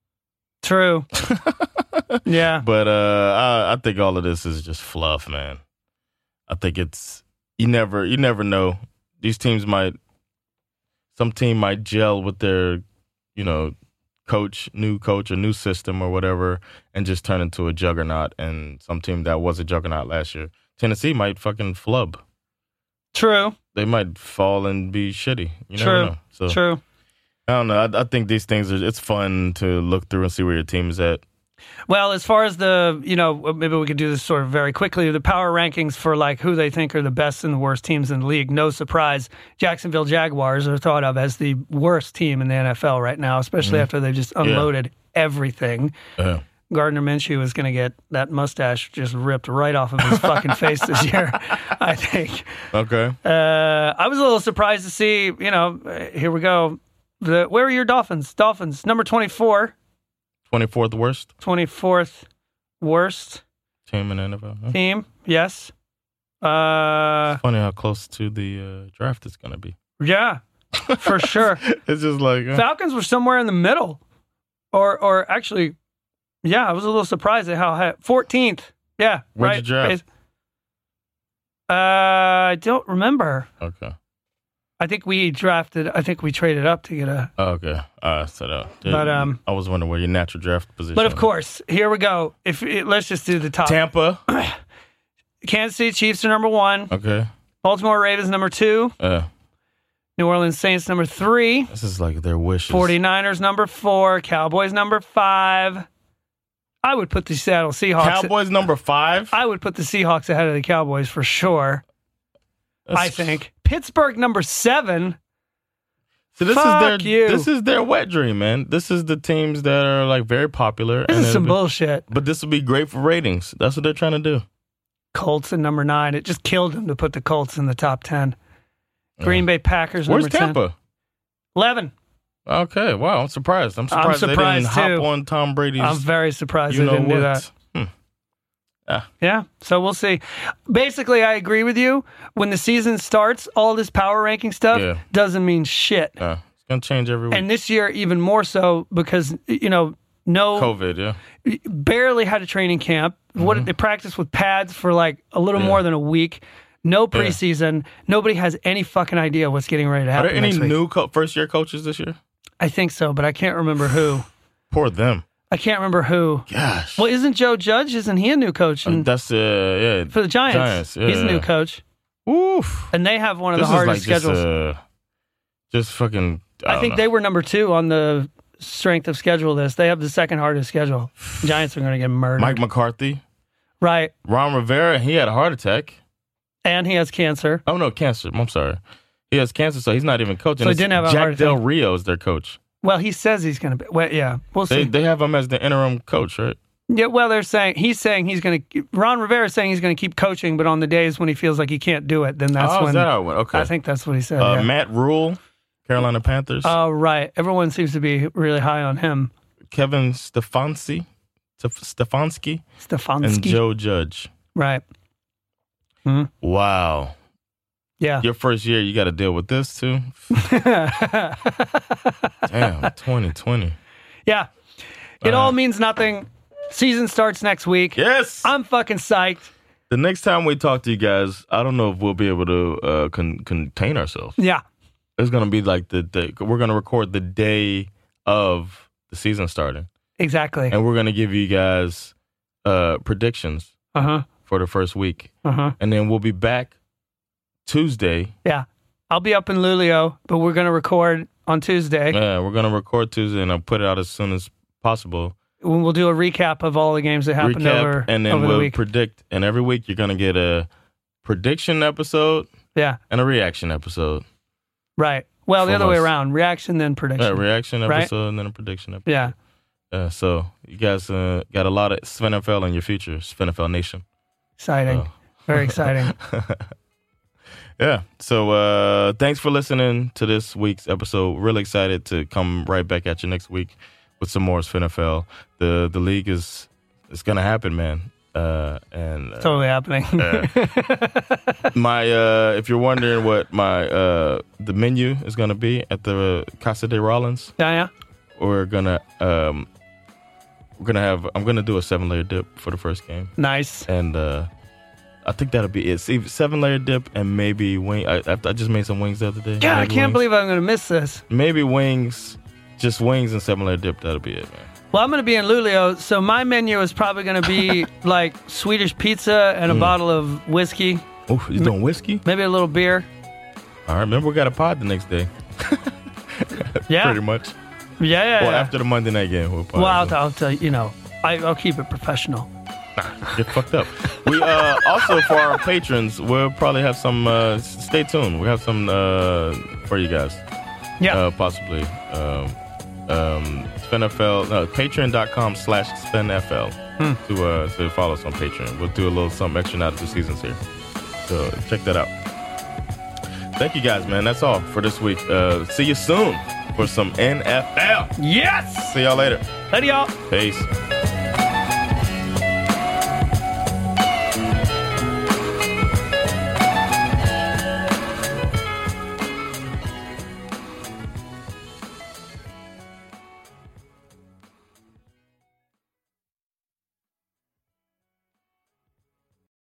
[SPEAKER 1] <laughs>
[SPEAKER 2] true. yeah.
[SPEAKER 1] But uh, I, I think all of this is just fluff, man. I think it's you never you never know. These teams might some team might gel with their you know coach, new coach, or new system or whatever, and just turn into a juggernaut. And some team that was a juggernaut last year, Tennessee might fucking flub.
[SPEAKER 2] True.
[SPEAKER 1] They might fall and be shitty. You never
[SPEAKER 2] True.
[SPEAKER 1] know. So
[SPEAKER 2] True.
[SPEAKER 1] I don't know. I, I think these things are. It's fun to look through and see where your team is at.
[SPEAKER 2] Well, as far as the, you know, uh, maybe we could do this sort of very quickly. The power rankings for like who they think are the best and the worst teams in the league. No surprise, Jacksonville Jaguars are thought of as the worst team in the NFL right now, especially after they've just unloaded everything.
[SPEAKER 1] Yeah.
[SPEAKER 2] Gardner Minshew is going to get that mustache just ripped right off of his fucking face this year, I think.
[SPEAKER 1] Okay.
[SPEAKER 2] Uh, I was a little surprised to see, you know, uh, here we go. The, where are your Dolphins? Dolphins, number 24,
[SPEAKER 1] Twenty fourth worst.
[SPEAKER 2] 24th worst.
[SPEAKER 1] team in the NFL. Huh?
[SPEAKER 2] team. Yes. Uh,
[SPEAKER 1] Funny how close to the uh, draft it's going to be.
[SPEAKER 2] yeah,
[SPEAKER 1] <laughs>
[SPEAKER 2] for sure.
[SPEAKER 1] It's just like uh,
[SPEAKER 2] Falcons were somewhere in the middle, or or actually, yeah, I was a little surprised at how high. Fourteenth. Yeah,
[SPEAKER 1] Where'd
[SPEAKER 2] right.
[SPEAKER 1] you draft?
[SPEAKER 2] Bas- Uh, I don't remember.
[SPEAKER 1] okay,
[SPEAKER 2] I think we drafted. I think we traded up to get a.
[SPEAKER 1] oh, okay. Uh, so that,
[SPEAKER 2] But, um,
[SPEAKER 1] I was wondering where your natural draft position.
[SPEAKER 2] But of
[SPEAKER 1] is.
[SPEAKER 2] course, uh, here we go. If it, let's just do the top.
[SPEAKER 1] Tampa.
[SPEAKER 2] Kansas City Chiefs are number one.
[SPEAKER 1] Okay.
[SPEAKER 2] Baltimore Ravens number two.
[SPEAKER 1] Uh,
[SPEAKER 2] New Orleans Saints number three.
[SPEAKER 1] this is like their wishes.
[SPEAKER 2] 49ers number four, Cowboys number five. I would put the Seattle Seahawks.
[SPEAKER 1] Cowboys number five.
[SPEAKER 2] I would put the Seahawks ahead of the Cowboys for sure. I
[SPEAKER 1] That's-
[SPEAKER 2] think Pittsburgh number seven.
[SPEAKER 1] So this
[SPEAKER 2] Fuck
[SPEAKER 1] is their
[SPEAKER 2] you.
[SPEAKER 1] this is their wet dream, man. This is the teams that are like very popular.
[SPEAKER 2] This
[SPEAKER 1] and
[SPEAKER 2] is some
[SPEAKER 1] it'll be-
[SPEAKER 2] bullshit.
[SPEAKER 1] But this would be great for ratings. That's what they're trying to do.
[SPEAKER 2] Colts in number nine. It just killed them to put the Colts in the top ten. Green Bay Packers
[SPEAKER 1] Where's
[SPEAKER 2] number ten.
[SPEAKER 1] Tampa?
[SPEAKER 2] Eleven.
[SPEAKER 1] Okay, wow, I'm surprised. I'm surprised,
[SPEAKER 2] surprised,
[SPEAKER 1] they didn't
[SPEAKER 2] too.
[SPEAKER 1] hop on Tom Brady's.
[SPEAKER 2] I'm very surprised
[SPEAKER 1] you
[SPEAKER 2] they
[SPEAKER 1] know
[SPEAKER 2] didn't
[SPEAKER 1] what?
[SPEAKER 2] do that. Yeah, so we'll see. Basically, I agree with you. When the season starts, all this power ranking stuff
[SPEAKER 1] Yeah.
[SPEAKER 2] doesn't mean shit.
[SPEAKER 1] Yeah, it's gonna change every week.
[SPEAKER 2] and this year even more so because you know no
[SPEAKER 1] COVID, yeah.
[SPEAKER 2] barely had a training camp what they practiced with pads for like a little
[SPEAKER 1] Mm-hmm. Yeah.
[SPEAKER 2] more than a week no preseason nobody has any fucking idea what's getting ready to
[SPEAKER 1] Are
[SPEAKER 2] happen
[SPEAKER 1] there any
[SPEAKER 2] next week.
[SPEAKER 1] new co- first year coaches this year?
[SPEAKER 2] i think so but i can't remember who
[SPEAKER 1] Poor them.
[SPEAKER 2] i can't remember who
[SPEAKER 1] Gosh,
[SPEAKER 2] well isn't joe judge isn't he a new coach and
[SPEAKER 1] that's uh, yeah.
[SPEAKER 2] for the
[SPEAKER 1] Giants,
[SPEAKER 2] giants, he's a
[SPEAKER 1] yeah.
[SPEAKER 2] new coach
[SPEAKER 1] Oof.
[SPEAKER 2] and they have one of
[SPEAKER 1] This
[SPEAKER 2] the
[SPEAKER 1] is
[SPEAKER 2] hardest
[SPEAKER 1] like just,
[SPEAKER 2] schedules
[SPEAKER 1] uh, just fucking. I,
[SPEAKER 2] i think they were number two on the strength of schedule list they have the second hardest
[SPEAKER 1] <sighs>
[SPEAKER 2] schedule giants are going to get murdered
[SPEAKER 1] Mike McCarthy,
[SPEAKER 2] right
[SPEAKER 1] Ron Rivera. He had a heart attack.
[SPEAKER 2] and he has cancer
[SPEAKER 1] Oh no, cancer. I'm sorry. He has cancer, so he's not even coaching.
[SPEAKER 2] So he
[SPEAKER 1] It's
[SPEAKER 2] didn't have a
[SPEAKER 1] Jack
[SPEAKER 2] heart
[SPEAKER 1] Del
[SPEAKER 2] attack.
[SPEAKER 1] Rio is their coach.
[SPEAKER 2] Well, he says he's going to be. Well, yeah, we'll
[SPEAKER 1] They
[SPEAKER 2] see.
[SPEAKER 1] they have him as the interim coach, right?
[SPEAKER 2] yeah, well, they're saying he's saying he's going to. Ron Rivera is saying he's going to keep coaching, but on the days when he feels like he can't do it, then that's
[SPEAKER 1] oh,
[SPEAKER 2] when
[SPEAKER 1] is that how it went? Okay.
[SPEAKER 2] I think that's what he said.
[SPEAKER 1] uh,
[SPEAKER 2] yeah. Uh,
[SPEAKER 1] Matt Rule, Carolina Panthers.
[SPEAKER 2] oh, right. Everyone seems to be really high on him.
[SPEAKER 1] Kevin Stefanski, Stef- Stefanski and
[SPEAKER 2] Stefanski.
[SPEAKER 1] Joe Judge.
[SPEAKER 2] Right.
[SPEAKER 1] Wow.
[SPEAKER 2] Yeah.
[SPEAKER 1] Your first year, you got to deal with this too. Damn, 2020.
[SPEAKER 2] yeah. It
[SPEAKER 1] Uh,
[SPEAKER 2] all means nothing. Season starts next week.
[SPEAKER 1] Yes.
[SPEAKER 2] I'm fucking psyched.
[SPEAKER 1] the next time we talk to you guys, I don't know if we'll be able to uh, con- contain ourselves.
[SPEAKER 2] Yeah.
[SPEAKER 1] It's gonna be like the, the we're gonna record the day of the season starting,
[SPEAKER 2] Exactly.
[SPEAKER 1] and we're gonna give you guys uh, predictions
[SPEAKER 2] Uh huh.
[SPEAKER 1] for the first week,
[SPEAKER 2] Uh huh.
[SPEAKER 1] and then we'll be back Tuesday.
[SPEAKER 2] Yeah. I'll be up in Lulio, but we're gonna record on Tuesday.
[SPEAKER 1] Yeah, we're gonna record Tuesday, and I'll put it out as soon as possible.
[SPEAKER 2] when we'll do a recap of all the games that happened
[SPEAKER 1] Recap,
[SPEAKER 2] over
[SPEAKER 1] and then
[SPEAKER 2] over
[SPEAKER 1] we'll
[SPEAKER 2] the week.
[SPEAKER 1] predict. And every week, you're gonna get a prediction episode
[SPEAKER 2] yeah,
[SPEAKER 1] and a reaction episode.
[SPEAKER 2] right. Well, the
[SPEAKER 1] From
[SPEAKER 2] other way
[SPEAKER 1] us.
[SPEAKER 2] around, reaction then
[SPEAKER 1] Yeah,
[SPEAKER 2] prediction.
[SPEAKER 1] reaction
[SPEAKER 2] Right.
[SPEAKER 1] episode and then a prediction episode.
[SPEAKER 2] yeah,
[SPEAKER 1] Uh, so you guys uh, got a lot of SvenFL in your future, SvenFL Nation.
[SPEAKER 2] exciting,
[SPEAKER 1] Oh.
[SPEAKER 2] very
[SPEAKER 1] <laughs>
[SPEAKER 2] exciting.
[SPEAKER 1] Yeah. So uh, thanks for listening to this week's episode. Really excited to come right back at you next week with some more SvenFL. The the league is it's gonna happen, man. Uh, and uh,
[SPEAKER 2] totally happening. <laughs>
[SPEAKER 1] my uh, if you're wondering what my uh, the menu is gonna be at the Casa de Rollins,
[SPEAKER 2] yeah, yeah.
[SPEAKER 1] we're gonna um, we're gonna have I'm gonna do a seven layer dip for the first game.
[SPEAKER 2] Nice.
[SPEAKER 1] and uh, I think that'll be it. See, seven layer dip and maybe wing. I, I, I just made some wings the other day.
[SPEAKER 2] God, I
[SPEAKER 1] Maybe
[SPEAKER 2] can't
[SPEAKER 1] wings.
[SPEAKER 2] believe I'm going to miss this.
[SPEAKER 1] Maybe wings, just wings and seven layer dip. That'll be it, man.
[SPEAKER 2] Well, I'm going to be in Lulio, so my menu is probably going to
[SPEAKER 1] <laughs>
[SPEAKER 2] be like Swedish pizza
[SPEAKER 1] Hmm.
[SPEAKER 2] and a bottle of whiskey,
[SPEAKER 1] Oh, you doing whiskey?
[SPEAKER 2] maybe a little beer.
[SPEAKER 1] All right, remember we got a pod the next day,
[SPEAKER 2] Yeah,
[SPEAKER 1] pretty much.
[SPEAKER 2] yeah, yeah.
[SPEAKER 1] Well,
[SPEAKER 2] yeah.
[SPEAKER 1] after the Monday night game, we'll pod.
[SPEAKER 2] well, I'll, I'll tell you, you know, I, I'll keep it professional.
[SPEAKER 1] get fucked up. We uh, also for our patrons, we'll probably have some. Uh, s- stay tuned. We have some uh, for you guys.
[SPEAKER 2] Yeah.
[SPEAKER 1] uh, possibly. Um, um, SpenFL, no, patreon.com slash SpenFL to, uh, to follow us on Patreon. We'll do a little something extra now that the season's here. So check that out. Thank you guys, man. That's all for this week. Uh, see you soon for some NFL.
[SPEAKER 2] yes.
[SPEAKER 1] See y'all later.
[SPEAKER 2] Later, y'all.
[SPEAKER 1] Peace.